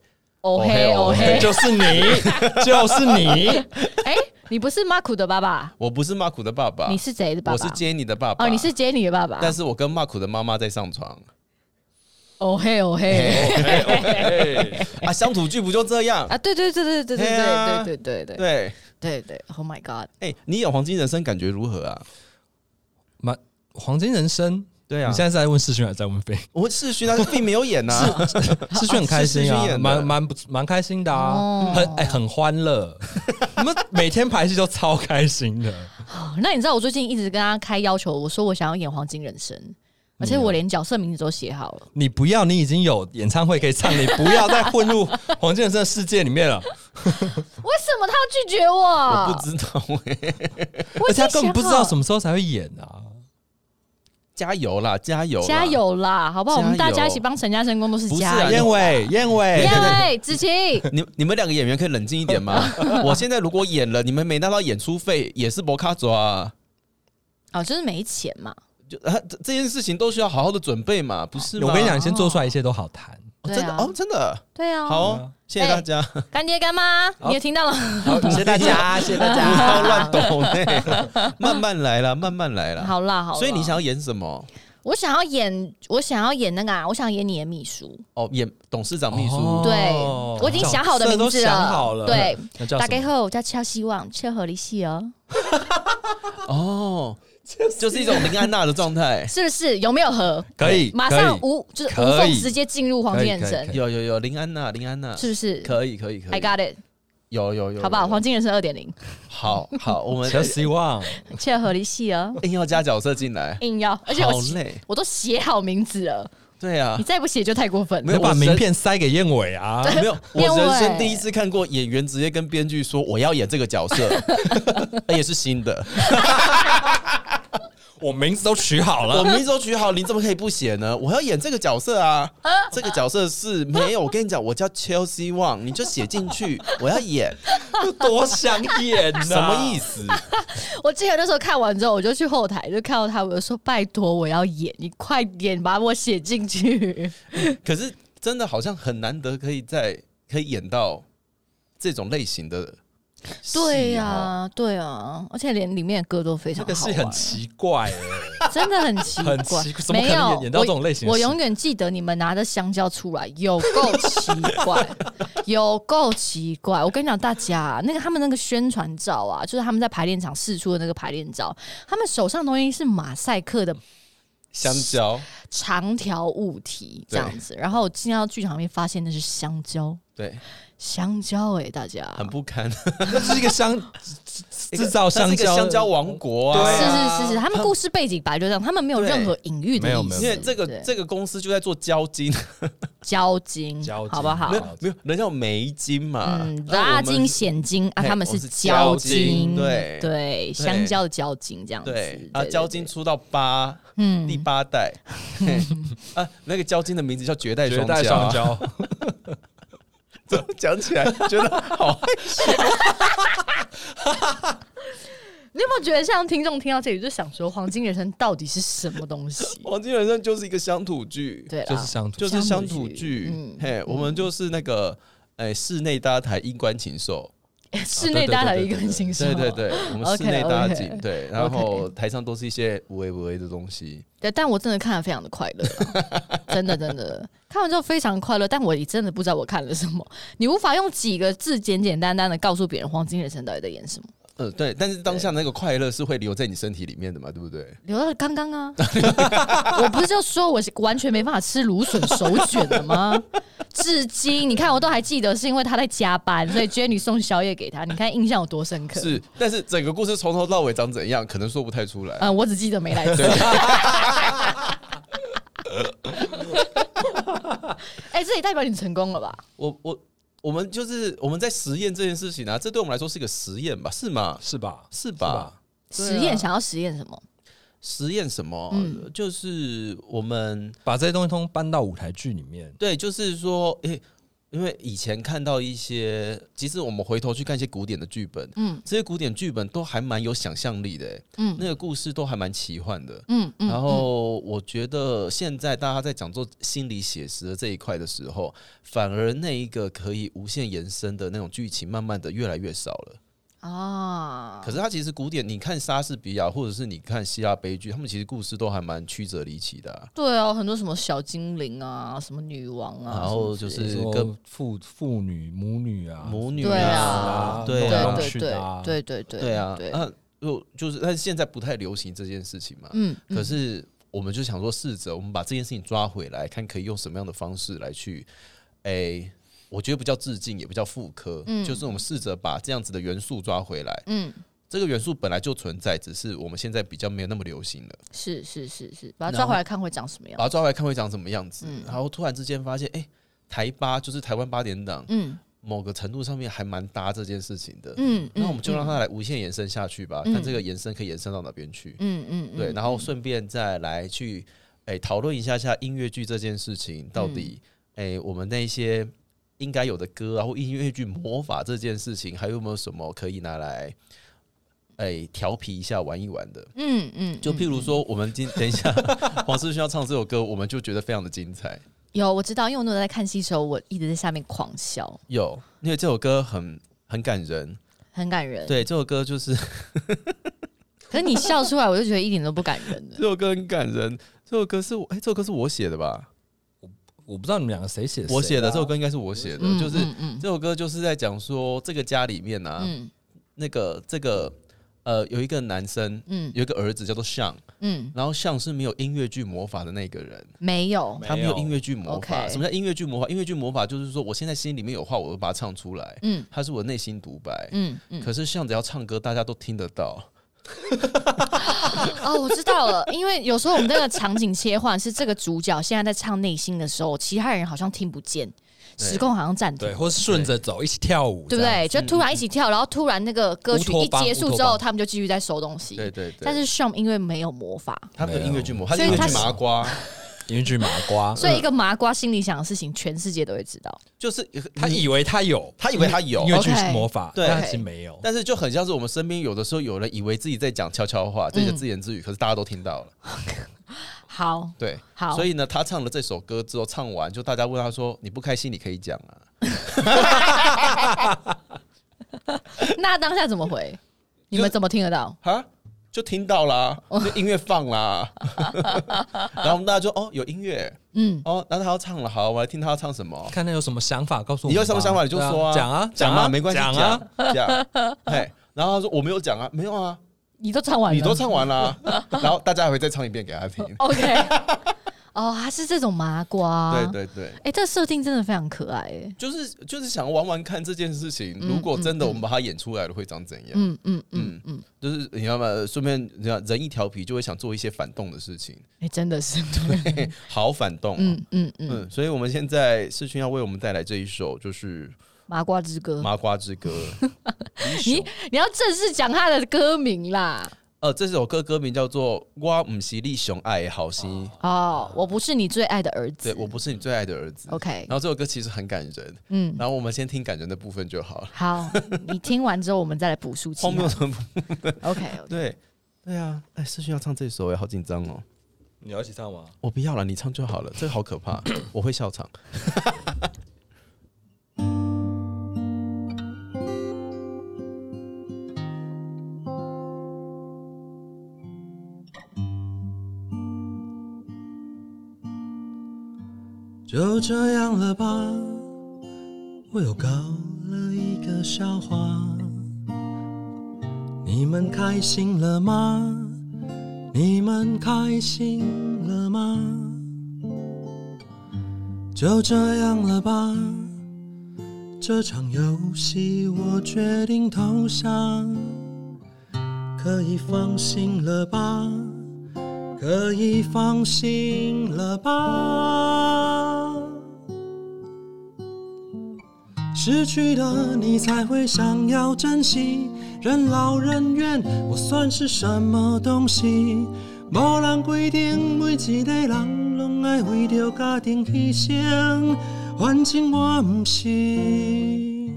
哦
哦嘿
嘿哦
哦
嘿
嘿，
就是你，就是你，
哎，你不是 Mark 的爸爸，
我不是马苦的爸爸，
你是谁的爸
我
爸？
是 Jenny 的爸爸，
哦，你是 Jenny 的爸爸。
但是我跟 Mark 的妈妈在上 床
哦嘿哦嘿
啊，乡土剧不就这样？
啊，对对对对对对
嘿啊
对对对对对
对，
对对，Oh my God！
哎、你有黄金人生感觉如何啊？
蛮黄金人生。
对
你现在是在问世勋还是在问飞？
我世勋他并没有演呐、啊，
世勋很开心
世勋
啊，
演的
蛮蛮不蛮开心的啊
哦，
很哎很欢乐，我们每天排戏都超开心的。
哦那你知道我最近一直跟他开要求，我说我想要演黄金人生，而且我连角色名字都写好了。
你不要，你已经有演唱会可以唱，你不要再混入黄金人生的世界里面了。
为什么他要拒绝我？
我不知道哎、
我
而且
已经
他根本不知道什
么。
么时候才会演啊。
加油啦，加油，
加！油啦，好不好？我们大
加
家
油
一起帮陈嘉生工作室
不是啊
加油！
燕尾，燕尾，
耶，子晴，
你你们两个演员可以冷静一点 吗？我现在如果演了，你们没拿到演出费也是博卡抓、啊，
哦，就是没钱嘛。
就啊这这件事情都需要好好的准备嘛，不是吗？
我跟你讲，你先做出来，一切都好谈。
哦，
对
真的、
啊
哦，真的
对啊，
好、哦，谢谢大家，
干爹干妈，你也听到了，
好，谢谢大 家，谢谢大
不要 乱抖呢， 慢慢来啦，慢慢来啦。
好啦好啦。
所以你想，要演什么？
我想要演，我想要演那个啊，我想演你的秘书。
哦，演董事长秘书。
哦
对，
哦
我已经想好的名字
角色都
了。
想好了
对，
那叫
大
什
家
么？
好，我叫邱希望，切合你戏哦，
哦，就是一种林安娜的状 态
。是不是？有没有合？
可以
马上
可以
无就是无
可以
缝直接进入黄金人
可以可
生，
有有有，林安娜，林安娜，
是不是
可以可以可
？I
以，
got it，
有有有，
好不好？
有
黄金人生二点零，
好好，我 们
求希望，
切合你戏哦，
硬要加角色进来，
硬要，而且我
好累，
我都写好名字了，
对啊
你，再不写就太过分
没
了
有。把
我
名
神
片塞给燕尾啊。
没有，我
燕尾
人生第一次看过演员直接跟编剧说我要演这个角色， 而且是新的，
我名字都取好
我
了，
名字都取好，你怎么可以不写呢？我要演这个角色啊，这个角色是没有，我跟你讲，我叫 Chelsea Wang，你就写进去， 我要演，
多想演呐！
什么意思？
我记得那时候看完之后，我就去后台就看到他，我就说拜托我要演，你快点把我写 进去。
可是真的好像很难得可以在可以演到这种类型的、哦
对呀、，对啊，而且连里面的歌都非
这
常
哦个
好
戏
玩，
很奇怪欸，
真的很奇 怪，
很奇怎么可
没
能
有
演演到这种类型的
我。我
戏
永 远记得你们拿着香蕉出来，有够奇怪，有够奇怪。我跟你讲，大家那个他们那个宣传照啊，就是他们在排练场试出的那个排练照，他们手上的东西是马赛克的
香蕉，
长条物体这样子，然后我进到剧场里面发现那是香蕉，
对，
香蕉哎、大家
很不堪，
这是一个 香制造
它是
哦香
一 个
蕉
香蕉王国
对
啊。
是是是是，他们故事背景本来就这样，他们没有任何隐喻的
没有
意思。
没有
因为这个
对
这个公司就在做胶精，
交金，
交金
好不好
没？有没有，人家有眉金嘛，
嗯，
啊那我
拉
们
筋、显筋啊，
嘿
他们
我
是
是
交
交筋
金，
对
对，香蕉的交金这样子，
对
对
啊，胶金，出到八
对嗯
第，八代 啊，那个胶金的名字叫绝代
绝
双
代
骄
双
啊，
骄，
怎么讲起来觉得好？
你有没有觉得像听众听到这里就想说，黄金人生到底是什么东西
黄金人生就是一个乡土剧，
对
就是
啦，
乡 土，
就是啊乡
乡
土
土
剧
剧嗯，
嘿，我们就是那个哎室内搭台衣冠禽兽，
室内搭的一个形象，
对对对，我们室
OK，
内搭
OK
景，对，然后台上都是一些无为无为的东西，
对，但我真的看得非常的快乐啊，真的真 的看完之后非常快乐，但我也真的不知道我看了什么，你无法用几个字简简单单的告诉别人黄金人生到底在演什么。
嗯，对，但是当下那个快乐是会留在你身体里面的嘛，对不对？
留到刚刚啊！ 我不是就说我是完全没办法吃芦笋手卷的吗？至今你看我都还记得，是因为他在加班，所以 Jenny 送宵夜给他。你看印象有多深刻？
是，但是整个故事从头到尾长怎样，可能说不太出来。
呃，我只记得没来吃。 哎、这也代表你成功了吧？
我我我们就是我们在实验这件事情啊，这对我们来说是一个实验吧？是吗？
是吧？
是
是
吧？
吧？
对啊
实验想要实验什么？
实验什么？
嗯
就是我们
把这些东西通搬到舞台剧里面，
对，就是说，诶、因为以前看到一些，其实我们回头去看一些古典的剧本，
嗯
这些古典剧本都还蛮有想象力的、诶
嗯
那个故事都还蛮奇幻的。
嗯嗯。
然后我觉得现在大家在讲做心理写实的这一块的时候，反而那一个可以无限延伸的那种剧情，慢慢的越来越少了。
啊，
可是它其实古典，你看莎士比亚或者是你看希腊悲剧，他们其实故事都还蛮曲折离奇的啊、
对啊，很多什么小精灵啊，什么女王啊，
然后就
比
是
如说
跟
父父女、母女啊，
母女
对
啊
对
什
啊
么
对
之类
对
的
啊
对对对对
对啊，
对，
啊，就就是，但是现在不太流行这件事情嘛。
嗯，嗯
可是我们就想说，试着我们把这件事情抓回来，看可以用什么样的方式来去，诶，我觉得不叫致敬，也不叫复刻，
嗯
就是我们试着把这样子的元素抓回来。
嗯，
这个元素本来就存在，只是我们现在比较没有那么流行了。
是是是是，把它
然
抓回
后啊
来看会长什么样
把。它抓回来看会长什么样子。
嗯
然后突然之间发现，哎、台八就是台湾八点档，
嗯
某个程度上面还蛮搭这件事情的。
嗯，
那我们就让
他
它来无限延伸下去吧，
嗯
看这个延伸可以延伸到哪边去。
嗯嗯嗯
对，然后顺便再来去哎讨论一下下音乐剧这件事情，到底哎、我们那些应该有的歌啊，或音乐剧魔法这件事情，还有没有什么可以拿来哎调皮一下玩一玩的？
嗯嗯，
就譬
嗯
如说，我们今等一下黄世勋要唱这首歌，我们就觉得非常的精彩。
有我知道，因为我那时候在看戏的时候，我一直在下面狂笑，
有，因为这首歌很很感人。
很感人。，
对，这首歌就是
可是你笑出来，我就觉得一点都不感 人了
这。首歌很感人。这首歌是我哎、这首歌是我写的吧？
我不知道你们两个谁写谁啊
我写的这首歌应该是我写的，
嗯
就是
嗯嗯
这首歌就是在讲说这个家里面呢、啊，
嗯
那个这个呃有一个男生
嗯
有一个儿子叫做向，
嗯，
然后向是没有音乐剧魔法的那个人，
没有，
没
他没有
有
音乐剧魔法。
OK
什么叫音乐剧魔法？音乐剧魔法就是说我现在心里面有话，我就把它唱出来，
嗯
它是我内心独白。
嗯嗯。
可是向只要唱歌，大家都听得到。
哦，我知道了，因为有时候我们那个场景切换是这个主角现在在唱内心的时候，其他人好像听不见，
对
时空好像暂停
对，。或是顺着走一起跳舞，
对不
这样
对？就突然一
嗯
起跳，然后突然那个歌曲
乌
一
托邦
结束
乌
之
托
后，
邦
他们就继续在收东西。
对对对。
但是 Shum 因为没有魔法，
他没有音乐剧魔法，他
所以
是音乐
他
剧
是
麻瓜，
音乐剧麻瓜，
所
嗯
以一个麻瓜心里想的事情，全世界都会知道。
就是
他
嗯
以为他有，
他以为他有
音。乐剧
OK
魔法，
对
但其实没有。
但是就很像是我们身边有的时候有人以为自己在讲悄悄话，
嗯
这些自言自语，可是大家都听到了。
好，
对，
好
所以呢，他唱了这首歌之后，唱完就大家问他说：“你不开心，你可以讲啊。
那当下怎么回？你们怎么听得到”？
哈，就听到啦，
哦
就音乐放 啦，然后我们大家就哦，有音乐
嗯，
哦，然后他要唱了，好，我来听他要唱什么。
看他有什么想法，告诉我
你
们
有
吧
什么想法你就说啊，
对讲啊，
讲
啊，
没关系，
讲
讲
啊，
讲。嘿，然后他说我没有讲啊，没有啊，
你都唱完了，
你都唱完啦， 然后大家还会再唱一遍给他听。
OK。哦， 他是这种麻瓜。
对。对对。
哎、这设定真的非常可爱、哎，
就是就是想玩玩看这件事情，
嗯
如果真的
嗯
我们把它演出来了，会长怎样？
嗯嗯嗯嗯，
就是你知道吗？顺便你知道人一调皮就会想做一些反动的 事情，
哎、真的是，
好反动、哦。嗯
嗯嗯嗯，
所以我们现在世勋要为我们带来这一首就是
麻瓜之
《
歌，
麻瓜之 歌》
你你要正式讲他的歌名啦。
呃，这首歌歌名叫做《我唔是你熊爱的好心》，
哦，我不是你最爱的儿子
对。我不是你最爱的儿子。
OK，
然后这首歌其实很感人，
嗯，
然后我们先听感人的部分就好了。
好，你听完之后我们再来补啊 数其
荒谬
他。
什么？
OK，
对对啊，哎，世勋要唱这首，哎，好紧张哦。
你要一起唱吗？
我不要了，你唱就好了，这个好 可怕， 我会笑场。
就这样了吧，我又搞了一个笑话，你们开心了吗？你们开心了吗？就这样了吧，这场游戏我决定投降，可以放心了吧？可以放心了吧？失去的你才会想要珍惜。人老人怨，我算是什么东西？无人规定每一个人拢爱为着家庭牺牲，反正我毋是你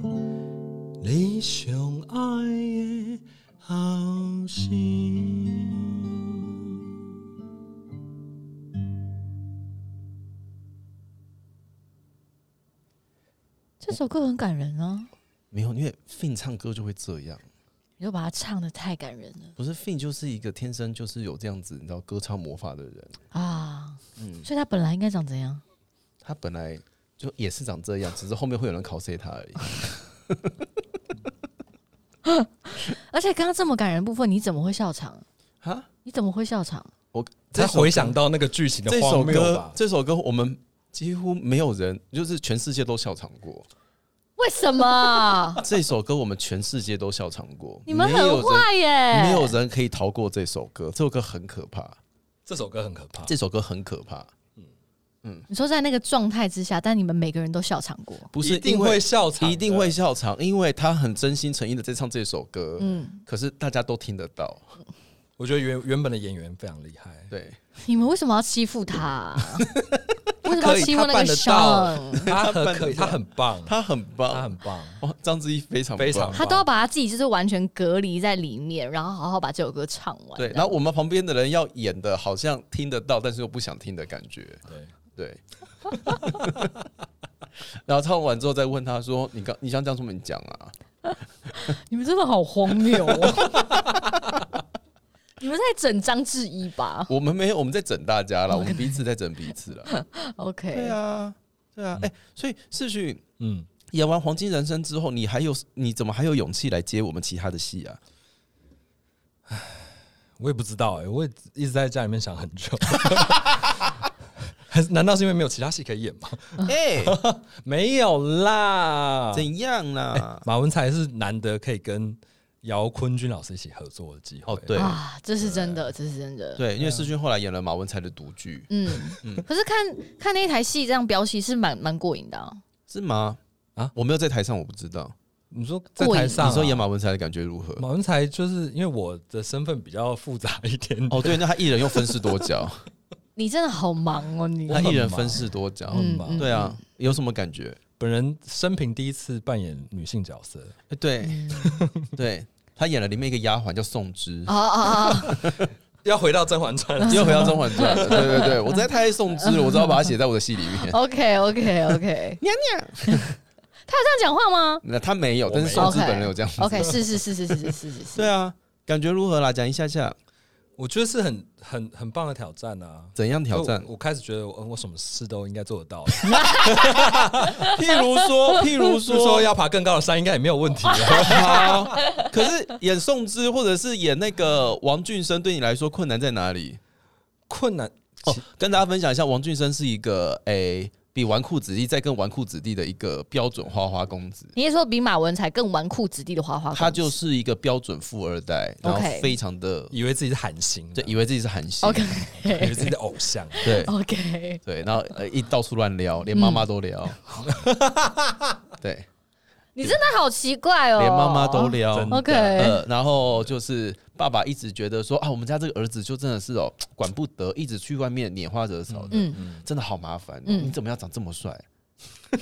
上爱的后生。
这首歌很感人啊，
没有，因为 Fin 唱歌就会这样，
你就把它唱的太感人了
不是 Fin 就是一个天生就是有这样子，你知道歌唱魔法的人，
啊！
嗯，
所以它本来应该长怎样？
他本来就也是长这样，只是后面会有人 cos 他而已。
而且刚刚这么感人的部分，你怎么会笑场？
哈，
你怎么会笑场？
我
才
首歌
回想到那个剧情的
这首
荒谬
歌
吧，。
这首歌我们几乎没有人，就是全世界都笑场过。
为什么？
这首歌我们全世界都笑场过，
你们
没有
很
人
坏欸耶！
没有人可以逃过这首歌，这首歌很可怕，
这首歌很可怕，
这首歌很可怕，
你说在那个状态之下，但你们每个人都笑场过。
不是
一定
因为
会笑场，
一定会。笑场，因为他很真心诚意的在唱这首歌，
嗯，
可是大家都听得到，
我觉得原原本的演员非常厉害，
对，
你们为什么要欺负他啊？为什么
可
要
以，
欺
他
负那
办
个
得
s
到
e，
他
他
很
办
可以，
得
他
到
很棒，
他很
他
棒
很，棒。
哇，章之一非常棒
非常
他都要把他自己就是完全隔离在里面，然后好好把这首歌唱完。
对，
这
然
样
后我们旁边的人要演的好像听得到，但是又不想听的感觉，
对，
对。 然后唱完之后再问他说：“你刚你想讲什么？你讲啊。
你们真的好荒谬哦！ 你们在整张质疑”吧
我们没有，我们在整大家 了，我们彼此在整彼此了。
？OK，
对啊，对啊，哎、所以世勋
嗯，
演完《黄金人生》之后，你还有你怎么还有勇气来接我们其他的戏 啊？
我也不知道哎、我也一直在家里面想很 久。还是难道是因为没有其他戏可以演 吗？
哎、
没有啦，
怎样啦、
马文才是难得可以跟姚坤君老师一起合作的机会。
哦，对、
啊，这是真的，这是真的。
对，因为世勋后来演了马文才的独剧，
嗯，可是看看那一台戏这样飙戏是蛮蛮过瘾的、啊。
是吗？啊
啊，
我没有在台上，我不知道。
你说在台上、啊
你说演马文才的感觉如何？
马文才，就是因为我的身份比较复杂一点，
哦，对，那他一人又分饰多角，
你真的好忙哦，你
我
他
很
一人
忙
分饰多角，
嗯
很忙
对啊，有什么感觉？
本人生平第一次扮演女性角色，
哎对对，他演了里面一个丫鬟叫宋芝，
啊啊 啊！
要回到《甄嬛传》了。
又回到《甄嬛传》了。对对对，我实在太爱宋芝了，我只好把它写在我的戏里面。
OK OK OK，
娘娘，
他有这样讲话吗
那他没有，
我哦
但是
没
宋
有
芝本人有这样子。
？OK，是是是是是是是是是。
对啊，感觉如何啦？讲一下下，
我觉得是很很很棒的挑战啊！
怎样挑战
我？我开始觉得我我什么事都应该做得 到，
譬如说，譬如
就说
说，
要爬更高的山应该也没有问题啊。
好。可是演宋芝或者是演那个王俊生，对你来说困难在哪里？
困难
哦，跟大家分享一下，王俊生是一个诶、比纨绔子弟再更纨绔子弟的一个标准花花公子。
你是说比马文才更纨绔子弟的花花公子？
他就是一个标准富二代，然后
OK
非常的
以为自己是韩星啊，
对，以为自己是韩星
OK Oh
以为自己的偶像，啊
对
OK，
对，然后呃一到处乱撩，
嗯
连妈妈 都撩，对，
你真的好奇怪哦，
连妈妈都撩，
真的
OK
呃，然后就是爸爸一直觉得说啊，我们家这个儿子就真的是哦，管不得，一直去外面拈花惹草的，
嗯，
真的好麻烦、哦。
嗯
你怎么要长这么帅？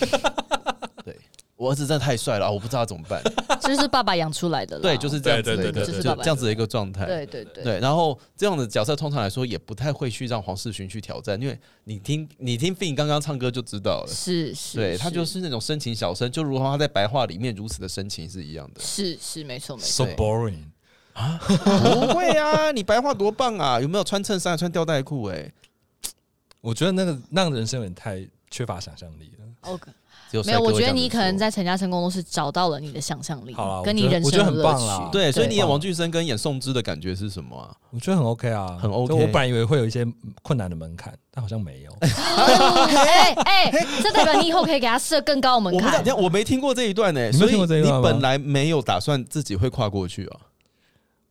对我儿子真的太帅了，啊我不知道他怎么 办。
这是爸爸养出来的啦。
对，就是这样子的一
对对
个，
对
就
对对
这样子的一个状态。
对对对，
对，然后这样的角色通常来说也不太会去让黄世勋去挑战，因为你听你听 Fin 刚刚唱歌就知道了，
是是，
对他就是那种深情小生，就如同他在白话里面如此的深情是一样的。
是是没错没错。
，so boring。
不会啊，你白话多棒啊！有没有穿衬衫、穿吊带裤？哎，
我觉得那个那样的人生有点太
缺乏想象力了。
OK，
只有
没
帅
有，
哥
我
会
觉得
这样子
你可能
说
在陈嘉诚工作室找到了你的想象力
好啦，
跟
我
你
觉得
人
我觉得
生的乐
很棒啦
趣。
对，所以你演
对
王俊生跟演宋芝的感觉是什么啊？
我觉得很 OK 啊，
很 OK
就我本来以为会有一些困难的门槛，但好像没有。
哎哎，这代表你以后可以给他设更高的门
我不知道
槛
等一。下我没听过这一段呢、
你没
所以
听过这一段吗
你本来没有打算自己会跨过去啊。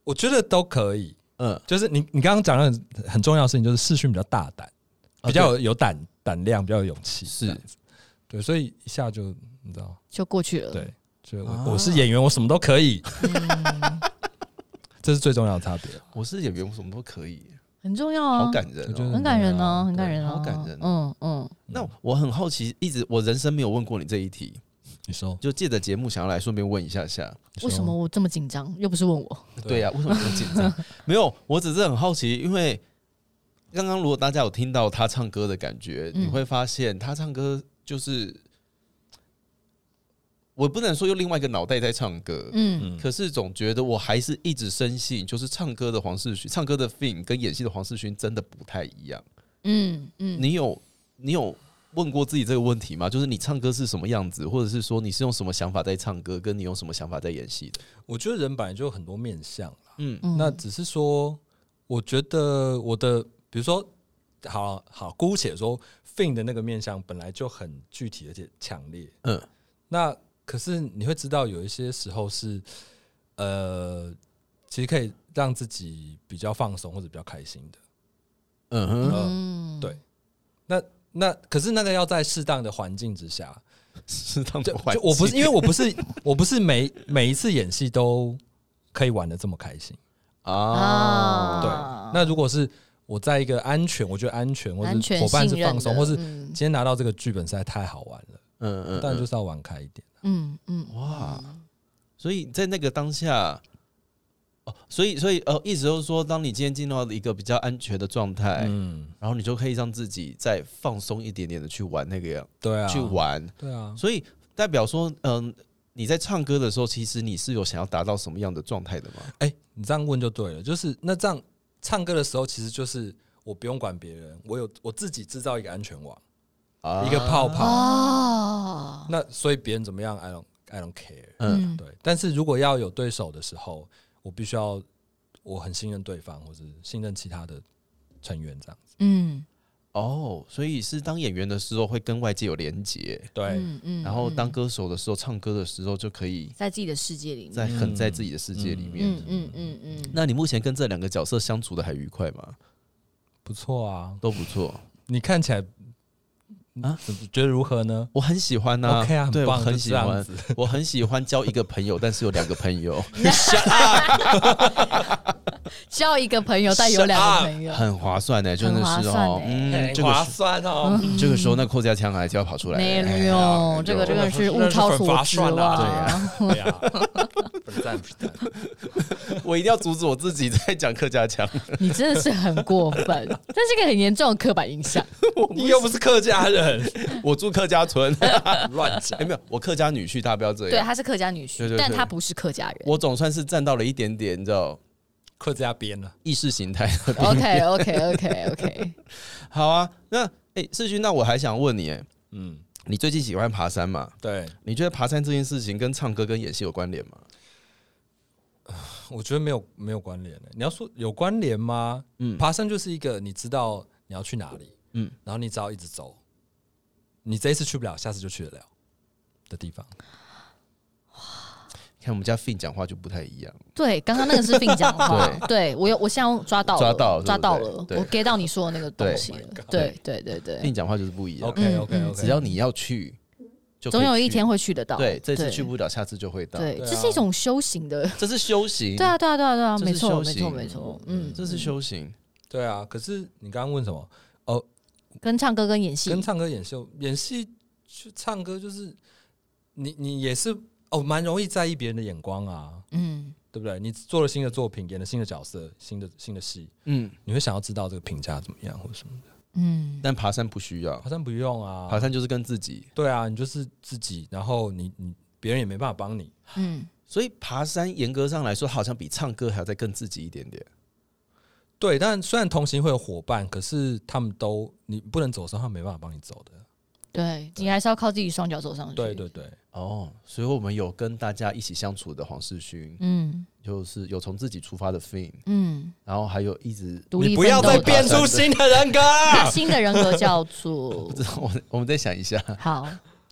我觉得都可以，
嗯，
就是你你刚刚讲的很很重要的事情，就是视讯比较大胆，比较有有胆胆量，比较有勇气，
啊是
这样子。对，所以一下就你知道，
就过去了。
对，就我,、
啊
我是演员，我什么都可以，
嗯，
这是最重要的差别。啊
我是演员，我什么都可以，
很重要啊，
好感人、
我觉得嗯
哦。
很感人啊，很感人啊，
好感人
嗯嗯，
那我很好奇，一直我人生没有问过你这一题，
你说
就借着节目想要来顺便问一下下。
你说
为什么我这么紧张？又不是问我。
啊
对啊呀、为什么这么紧 张？没有，我只是很好奇，因为刚刚如果大家有听到他唱歌的感觉，
嗯
你会发现他唱歌就是，我不能说用另外一个脑袋在唱歌，
嗯，
嗯
可是总觉得我还是一直深信，就是唱歌的黄世勋，唱歌的 Fin 跟演戏的黄世勋真的不太一样。
嗯嗯，
你有你有问过自己这个问题吗？就是你唱歌是什么样子，或者是说你是用什么想法在唱歌，跟你用什么想法在演戏的？
我觉得人本来就有很多面相啦，
嗯
嗯
那呃只是说，我觉得我的，比如说，好好姑且说，Fin 的那个面相本来就很具体而且强烈。
嗯，
那可是你会知道，有一些时候是，呃，其实可以让自己比较放松或者比较开心的。
嗯 哼，
嗯
对那那可是那个要在适当的环境之下，
适当
就
的环
就
境，
我不是因为我不是我不是每每一次演戏都可以玩的这么开心。
啊，
对
啊，
那如果是我在一个安全，我觉得安全或
安
是
全
伙伴是
信任
放松，
的
或是
嗯
今天拿到这个剧本实在太好玩了，
嗯嗯，
但
嗯
就是要玩开一点。
嗯嗯，
哇，所以在那个当下，哦，所以所以呃，意思就是说，当你今天进到一个比较安全的状态，
嗯，
然后你就可以让自己再放松一点点的去玩那个样，
对啊，
去，玩，
对啊，
所以代表说，嗯、你在唱歌的时候，其实你是有想要达到什么样的状态的吗？
哎、你这样问就对了，就是那这样唱歌的时候，其实就是我不用管别人，我有我自己制造一个安全网，
啊
一个泡泡。
哦，
那所以别人怎么样，I don't I don't care。
嗯，
对，但是如果要有对手的时候，我必须要我很信任对方，或是信任其他的成员这样子。
嗯，
哦，所以是当演员的时候会跟外界有连接，
对，
嗯嗯，
然后当
嗯
歌手的时候，唱歌的时候就可以
在自己的世界里面，
在
嗯
很在自己的世界里面。
嗯嗯嗯嗯，
那你目前跟这两个角色相处的还愉快吗？
不错啊，
都不错，
你看起来
啊
啊，觉得如何呢？
我很喜欢呐、
OK 啊，
对
很
我
棒，
很
就
喜
这样
欢
子，
我很喜欢交一个朋友，但是有两个朋 友，
交一个朋友，但有两个朋友，
很划算呢、真
很
的
划
是
算欸
哦，嗯，这
很
个
哎划
时
算 哦。
这个时候那扣家枪还就要跑出来了，哎
没
呀
有，这个这
真
个
的是
是物超
真的是很
所
划
值
算啊对
哇
啊！
对啊，不是赞不是赞
我一定要阻止我自己在讲客家腔。
你真的是很过 分，这是一个很严重的刻板印象。
你又不是客家人，
我住客家村，
乱讲
哎，。没有，我客家女婿，大家不要这
对，
样。
他是客家女婿，
啊对对对
但他不是客家 人。
我总算是站到了一点点，你知道
客家啊边了，
意识形态。
OK OK OK OK，
好啊，那哎，世勋，那我还想问你，哎，
嗯，
你最近喜欢爬山吗？
对，
你觉得爬山这件事情跟唱歌跟演戏有关联吗？
我觉得没有没有关联的。你要说有关联吗？
嗯
爬山就是一个你知道你要去哪里，
嗯
嗯，然后你只要一直走，你这一次去不了，下次就去得了的地方。
看我们家 Fin 讲话就不太一样，
对，刚刚那个是病讲 话，对我有，我现在抓到了
抓到了
抓到
对不
了，
对
我 get 到你说的那个东西了。
对
对对对对，
Fin 讲话就是不一样。
OK OK
嗯
OK，
只要你要去，就可以
总有一
去
天会去得到。
对，这次去不了，下次就会到。
对，
对啊
这是一种修行的。
这是修行，
对啊，对啊，对啊，对啊，
这是
没错，
修
没
行
错，没错。嗯，
这是修行。
对啊。可是你刚刚问什么？
跟唱歌跟演戏
跟，唱歌演戏，演戏去唱歌就是你你也是哦，蛮容易在意别人的眼光啊，
嗯
对不对？你做了新的作品，演了新的角色，新的新的戏，
嗯，
你会想要知道这个评价怎么样或者什么的。
嗯
但爬山不需要
爬，山不用啊，
爬山就是跟自己。
对啊，你就是自己，然后你你别人也没办法帮你。
嗯，
所以爬山严格上来说，好像比唱歌还要再更自己一点点。
对，但虽然同行会有伙伴，可是他们都你不能走的时候，他们没办法帮你走的。
对你还是要靠自己双脚走上去。
对，对对，
哦，所以我们有跟大家一起相处的黄世勋，
嗯
就是有从自己出发的 Fin，
嗯，
然后还有一直
独立
你不要
奋斗
再
的
变出啊新的人格
那
了。
新的人格叫做
不知道我 我们再想一下，
好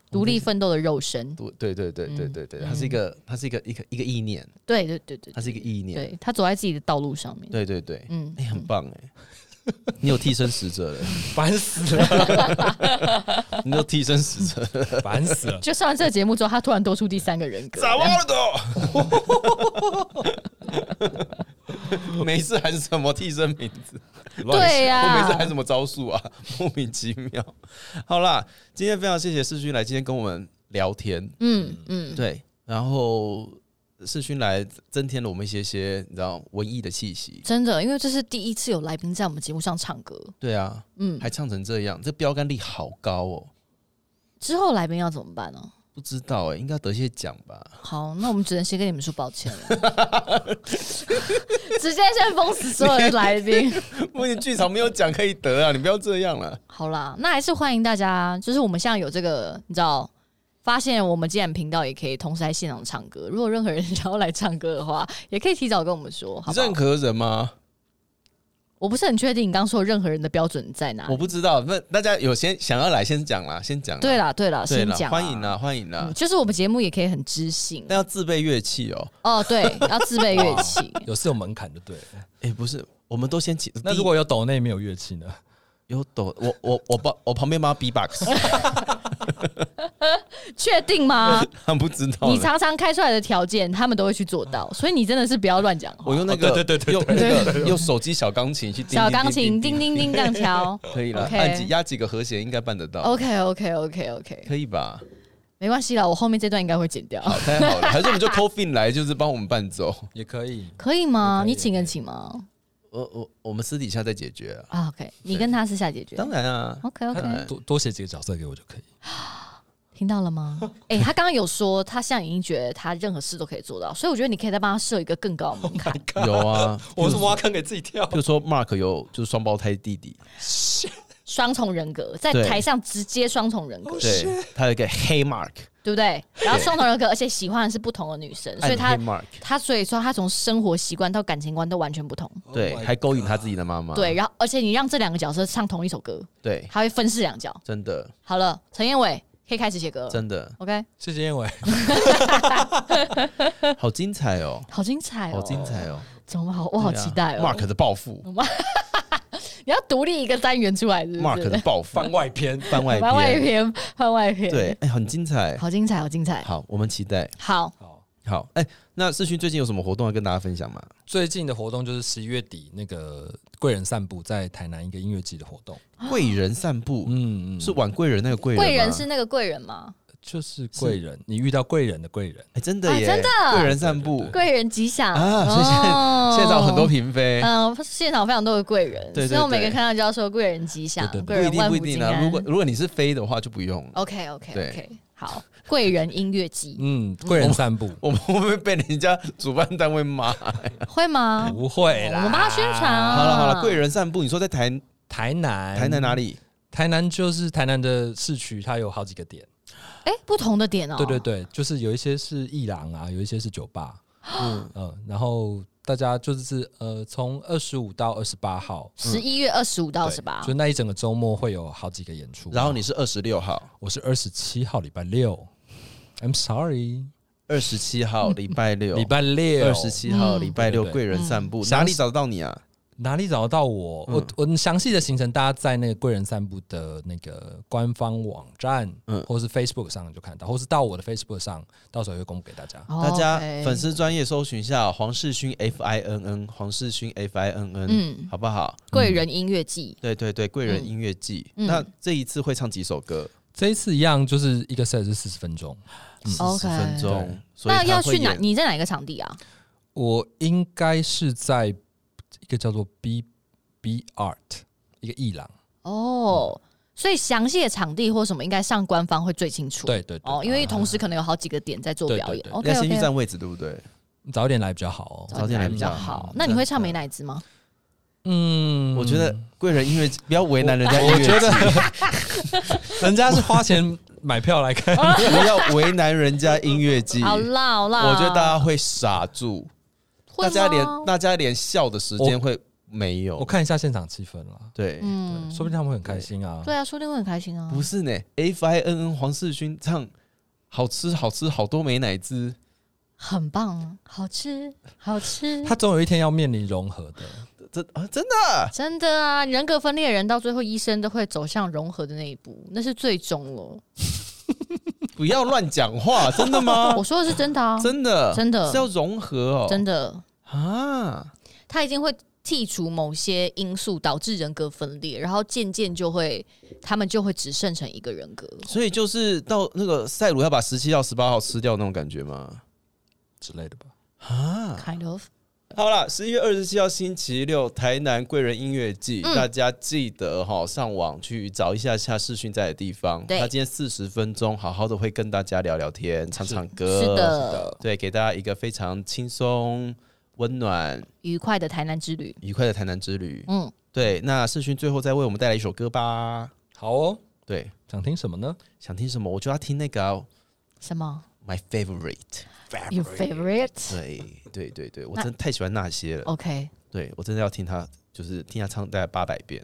独立奋斗的肉 身。
对对对对对对对，它是一个它是一个一个一个意念，
对对对对
它是一个意念，
对，他走在自己的道路上面。
对对对，
嗯
哎，很棒哎， 你有替身使者了，
烦死了，
你有替身使者，
烦死了！
就上完这个节目之后，他突然多出第三个人 格。
么了都？
每次还是什么替身名字？
对呀、
我每次还怎么招数啊， 莫名其妙。好啦，今天非常谢谢世勋来今天跟我们聊天，
嗯嗯，
对，然后世勋来增添了我们一些些你知道文艺的气息。
真的，因为这是第一次有来宾在我们节目上唱歌。
对啊，
嗯，
还唱成这样，这标杆力好高哦。
之后来宾要怎么办呢、
不知道哎、应该得些奖吧？
好，那我们只能先跟你们说抱歉了， 直接先封死所有的来宾。
我你剧场没有奖可以得啊，你不要这样了。
好啦，那还是欢迎大家，就是我们现在有这个，你知道。发现我们既然频道也可以同时在现场唱歌，如果任何人 想要来唱歌的话，也可以提早跟我们说，好
你
不好
认？可人吗？
我不是很确定你刚说任何人的标准在哪
我。不知道。那大家有先想要来先讲啦，先讲啦。
对啦，对啦，
对
先
啦，
讲啊，
欢迎啦，欢迎啦
嗯。就是我们节目也可以很知性
但要自备乐器哦、
哦，对， 要自备乐器。
有是有门槛就对了。
哎、不是，我们都先请。
那如果有抖内没有乐器呢？
有抖，我我我帮我旁边帮他 B box，
确定吗？
他不知道
啊你
了。嗯
常常开出来的条件，他们都会去做到，所以你真的是不要乱讲话。
我用那个、
哦对对对对
用那个用手机小钢琴 去叮
小钢琴
叮
叮叮叮这样 敲。
可以了，
OK 哦
按几压几个和弦应该办得到
OK OK OK OK，
可以吧？
没关系啦，我后面这段应该会剪掉，
好，太好了，还是我们就 c o f i n 来，就是帮我们伴奏。
也可以，
可以吗？
可以
你请跟请吗？
我我我们私底下再解决啊，
啊，OK，你跟他私下解决。
当然啊，
OK OK，
多多写几个角色给我就可以。
听到了 吗？哎，他刚刚有说他现在已经觉得他任何事都可以做到，所以我觉得你可以再帮他设一个更高的门 槛。
有啊，
我是挖坑给自己 跳
就说 Mark 有就是双胞胎弟弟，
双重人格，在
对
台上直接双重人格，
对他有一个黑 Mark，
对不对？然后双重人格，而且喜欢的是不同的女生，所以他
暗黑 Mark，
他所以说他从生活习惯到感情观都完全不同。
Oh
对，还勾引他自己的妈妈，
对，然后而且你让这两个角色唱同一首歌，
对，
他会分饰两角。
真的
好了，陈彦伟可以开始写歌了。
真的
OK，
谢谢燕伟，
好精彩哦，
好精彩哦！
好精！彩哦，
怎么好？我好
对啊
期待哦。
，Mark 的暴富
你要独立一个单元出来，是不是
，Mark 的暴富
番，外篇，
番外
番外篇，番外篇，
对，，哎，很精彩，
好精彩，好精彩。
好，我们期待，
好，
好。
好，哎，那世勋最近有什么活动要跟大家分享吗？
最近的活动就是十一月底那个贵人散步在台南一个音乐季的活动，
哦
贵人散步
嗯嗯，
是晚贵人那个贵人吗，
贵人是那个贵人吗？
就是贵人，你遇到贵人的贵人，
哎，真的耶，
啊真的
贵人散步
贵人吉祥
啊，所以现在现在找很多
评。
嫔妃，
嗯，现场非常多的贵人，
对对
所以我每
对
个看到就要说贵人吉祥
对对，
贵
不一
人
定
万
不一
福金
定啊，
安。哦
如果如果你是妃的话就不用。
OK OK
对
OK，好，贵人音乐 季
嗯，贵人散步
我们 会不会被人家主办单位骂？
啊会吗？
不会啦，
我们帮他宣传啊
好了好了，贵人散步，你说在台
台南，
台南哪？里？
台南就是台南的市区，它有好几个点，
哎，不同的点哦，
对对，对，就是有一些是艺廊啊，有一些是酒吧，嗯嗯，然后大家就是呃，从二十五到二十八号，
嗯
十一月二十五到
对
十八
就，那一整个周末会有好几个演出。
然后你是二十六号、
我是二十七号礼拜六，I'm sorry，
二十 七号礼拜六、
礼拜六
二十七
嗯
号礼拜六
对对对
贵人散步，哪里找得到你啊？
哪里找得到我？我我详细的行程，大家在那个贵人散步的那个官方网站，
嗯
嗯，或是 Facebook 上就看到，或是到我的 Facebook 上，到时候也会公布给大家。
大家
哦 OK
粉丝专业搜寻一下黄世勋 F I N N，黄世勋 F I N N，
嗯
好不好？
贵人音乐季，
对对对，贵人音乐季。
嗯
那这一次会唱几首歌？
这一次一样，就是一个 set 是四十分钟，
嗯
OK
十分钟
对。
所以
那
他
要
会
去哪？
演嗯
你在哪一个场地啊？
我应该是在一个叫做 B B Art 一个艺廊，
哦，所以详细的场地或什么，应该上官方会最清楚。
对对对，
哦，因为
啊
同时可能有好几个点在做
对
表
对
演
对
，OK
要先去
OK，
占位置，对不对？
早一点来比较好哦。
早点来
比
比
较
较好
好。那你会唱没哪一支吗？
嗯
我觉得贵人音乐不要为难人家音
我
乐
觉
季，
得人家是花钱买票来 看，
不要为难人家音乐季。
好啦好啦，
我觉得大家会傻住，
会
大家连
吗
大家连笑的时间会没有。
我看一下现场气氛啦，
对，
嗯，
说不定他们会很开心啊。
对啊，说不定会很开心啊。
不是呢，F I N N 黄世勋唱好吃好吃好多美乃滋，
很棒，啊好吃，好吃。
他总有一天要面临融合的，
这啊真 的
真的啊，人格分裂的人到最后，医生都会走向融合的那一步，那是最终了。
不要乱讲话，真的吗
我？说的是真的啊，
哦真的
真的
是要融合哦，
真的，
啊，
他已经会剔除某些因素导致人格分裂，然后渐渐就会，他们就会只剩成一个人格。
所以就是到那个赛鲁要把十七到十八号吃掉那种感觉吗？
之类的吧。
啊，
Kind of，
好了，十一月二十七号星期六，台南贵人音乐季，
嗯
大家记得哈，上网去找一下下视讯在的地方。
对
他今天四十分钟，好好的会跟大家聊聊天，唱唱歌。
是，的，
对，给大家一个非常轻松、温暖、
愉快的台南之旅。
愉快的台南之旅。
嗯，
对，那视讯最后再为我们带来一首歌吧。
好哦，
对，
想听什么呢？
想听什么？我就要听那个啊、
什么
My Favorite。
？Your favorite？OK，、
对，对，对，对，我
那
真的太喜欢那些了。
OK
对我真的要听他，就是听他唱大概八百遍。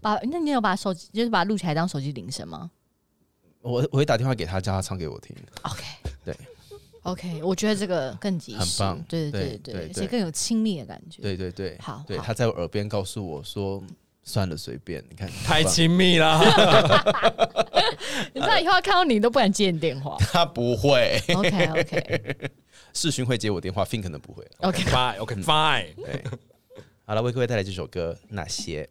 把那你有把手机就是把它录起来当手机铃声吗
我我会打电话给他，叫他唱给我听。
？OK，
对。
OK，我觉得这个更及时，
很棒
对对
对
对
对
而
对
且更有亲密的感觉。
对对对，
好
对
好
他在我耳边告诉我说：“算了，随便。”你看，
太
很棒。
亲密 啦！
你知道以后看到你都不敢接你电话
他不会，
OK OK
世勋会接我电话，Fin 可能不会。
OK，
Fine, OK, fine。
对，好了，为各位带来这首歌《那些》。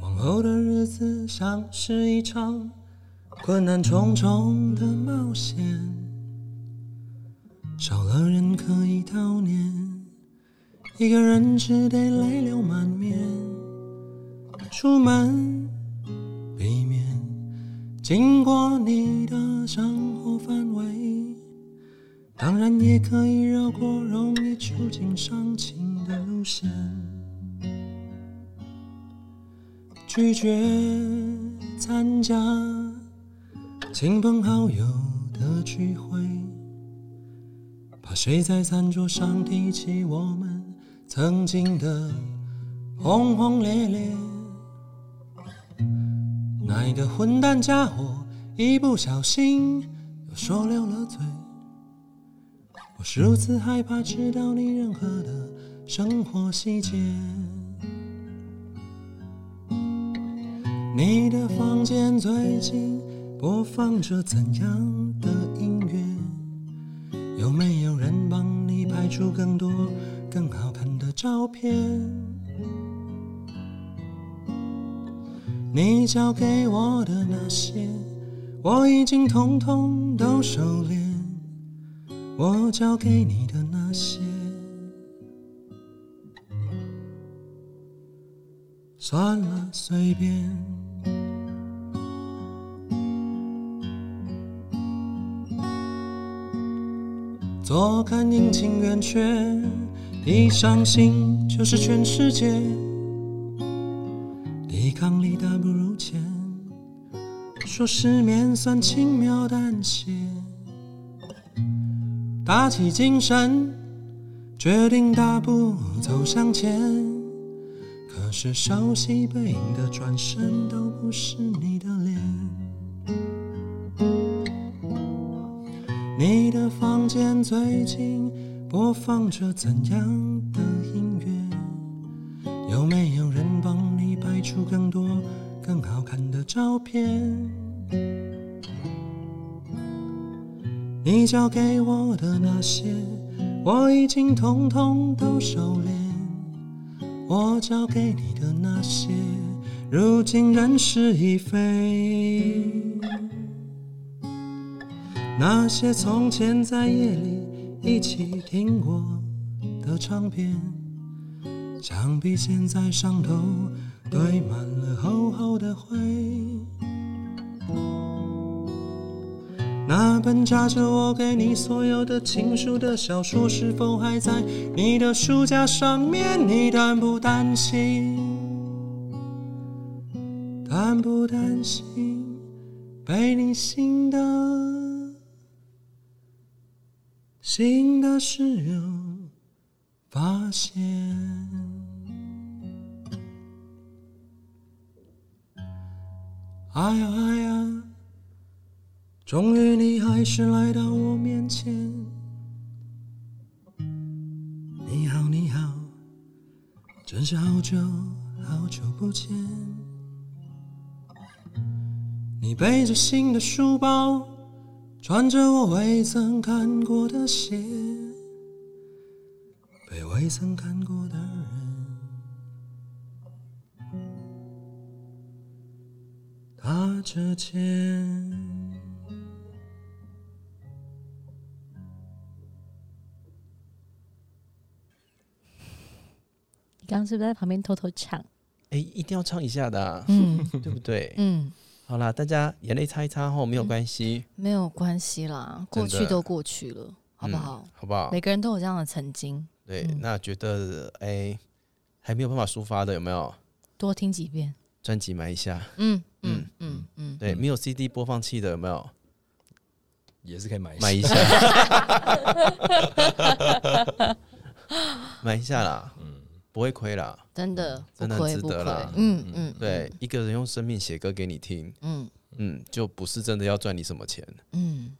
往后的日子像是一场困难重重的冒险，少了人可以悼念，一个人只得泪流满面。出门避免经过你的生活范围，当然也可以绕过容易触景伤情的路线。拒绝参加亲朋好友的聚会，怕谁在餐桌上提起我们曾经的轰轰烈烈。那个混蛋家伙一不小心又说溜了嘴，我是如此害怕知道你任何的生活细节。你的房间最近播放着怎样的音乐？有没有人帮你拍出更多更好看的照片？你交给我的那些，我已经统统都收敛。我交给你的那些，算了，随便。坐看阴晴圆缺，一伤心就是全世界。抵抗力大不如前，说失眠算轻描淡写。打起精神，决定大步走向前。可是熟悉背影的转身都不是你的脸。你的房间最近播放着怎样的音乐？有没有人帮你拍出更多更好看的照片？你交给我的那些，我已经统统都收敛。我交给你的那些，
如今人事已非。那些从前在夜里一起听过的唱片，想必现在上头堆满了厚厚的灰。那本夹着我给你所有的情书的小说，是否还在你的书架上面？你担不担心？担不担心被你新的新的室友发现？哎呀哎呀！终于，你还是来到我面前。你好，你好，真是好久好久不见。你背着新的书包，穿着我未曾看过的鞋，被未曾看过的人，踏着前。
你刚刚是不是在旁边偷偷唱？
哎、一定要唱一下的啊、
嗯
对不对？
嗯，
好啦，大家眼泪擦一擦后没有关系，
没有关系啦，过
真的
去都过去了，好不好嗯
嗯？好不好
每？个人都有这样的曾经，
对，那觉得哎、还没有办法抒发的有没有？
多听几遍。
专辑买一下，
嗯嗯嗯嗯，
对，没有 CD 播放器的有没有？
也是可以买一
买
些
一下， 买一下啦，
嗯
不会亏啦。
真的不
真的
亏
值
不
得
亏
啦。
嗯嗯，
对，一个人用生命写歌给你听，
嗯
嗯，就不是真的要赚你什么钱，
嗯，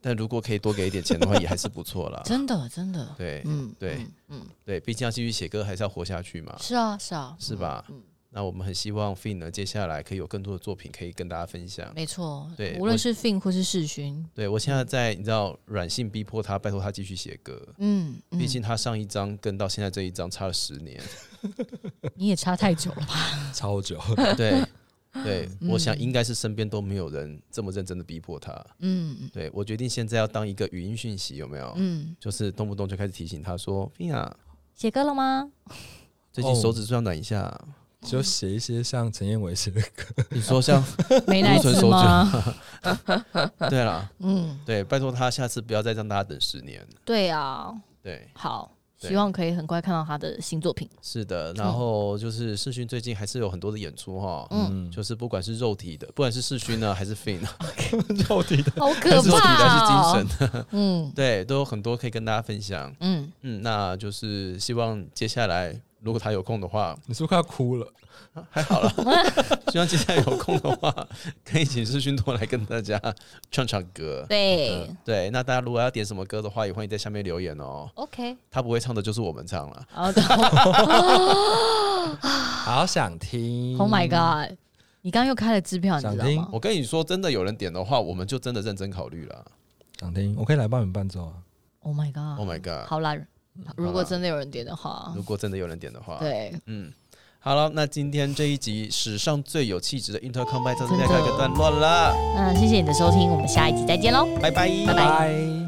但如果可以多给一点钱的话， 也还是不错啦。
真的真的，
啊对
嗯，
对
嗯嗯，
对，毕竟要继续写歌，还是要活下去嘛，
是啊是啊，
是吧？那我们很希望 Fin 呢，接下来可以有更多的作品可以跟大家分享。
没错，
对
无
我
论是 Fin 或是世勋，
对我现在在，你知道，软性逼迫他，拜托他继续写歌。
嗯，嗯
毕竟他上一张跟到现在这一张差了十 年，
你也差太久了吧？
超久，
对，对，我想应该是身边都没有人这么认真的逼迫他。
嗯
对我决定现在要当一个语音讯息，有没有？
嗯，
就是动不动就开始提醒他说：“菲亚，
写歌了吗？
最近
哦
手指这样暖一下。
就写一些像陈燕伟写的歌，
你 说像
没奶
纯
吃
手
吗？
对啦，
嗯，
对，拜托他下次不要再让大家等十年。
对啊，
对，
好，
对
希望可以很快看到他的新作 品。
是的。
嗯
然后就是世勋最近还是有很多的演出哈，
嗯，
就是不管是肉体的，不管是世勋呢还是 Fin，
肉体的，
好
还
可哦
是肉体的
怕
还是
哦！
精神的，
嗯
对，都有很多可以跟大家分享。
嗯，
嗯，那就是希望接下来如果他有空的话，
你是不是快要哭了？
还好了。 希望接下来有空的话，可以请世勋多来跟大家 唱唱歌。
对
对，那大家如果要点什么歌的话，也欢迎在下面留言哦。
，OK，
他不会唱的，就是我们唱了。
好的
好想听
，Oh my God！你刚刚又开了支票，你知道
想听
吗？
我跟你说，真的有人点的话，我们就真的认真考虑了。
想听，我可以来帮你们伴奏啊。
Oh my god！
Oh my god！
好啦，如果真的有人点的话
如，果真的有人点的话，，
对，
嗯，好了，那今天这一集史上最有气质的 Inter Combine 到这
真
边
的
告一个段落了，
那谢谢你的收听，我们下一集再见喽。
拜拜，
拜拜
拜。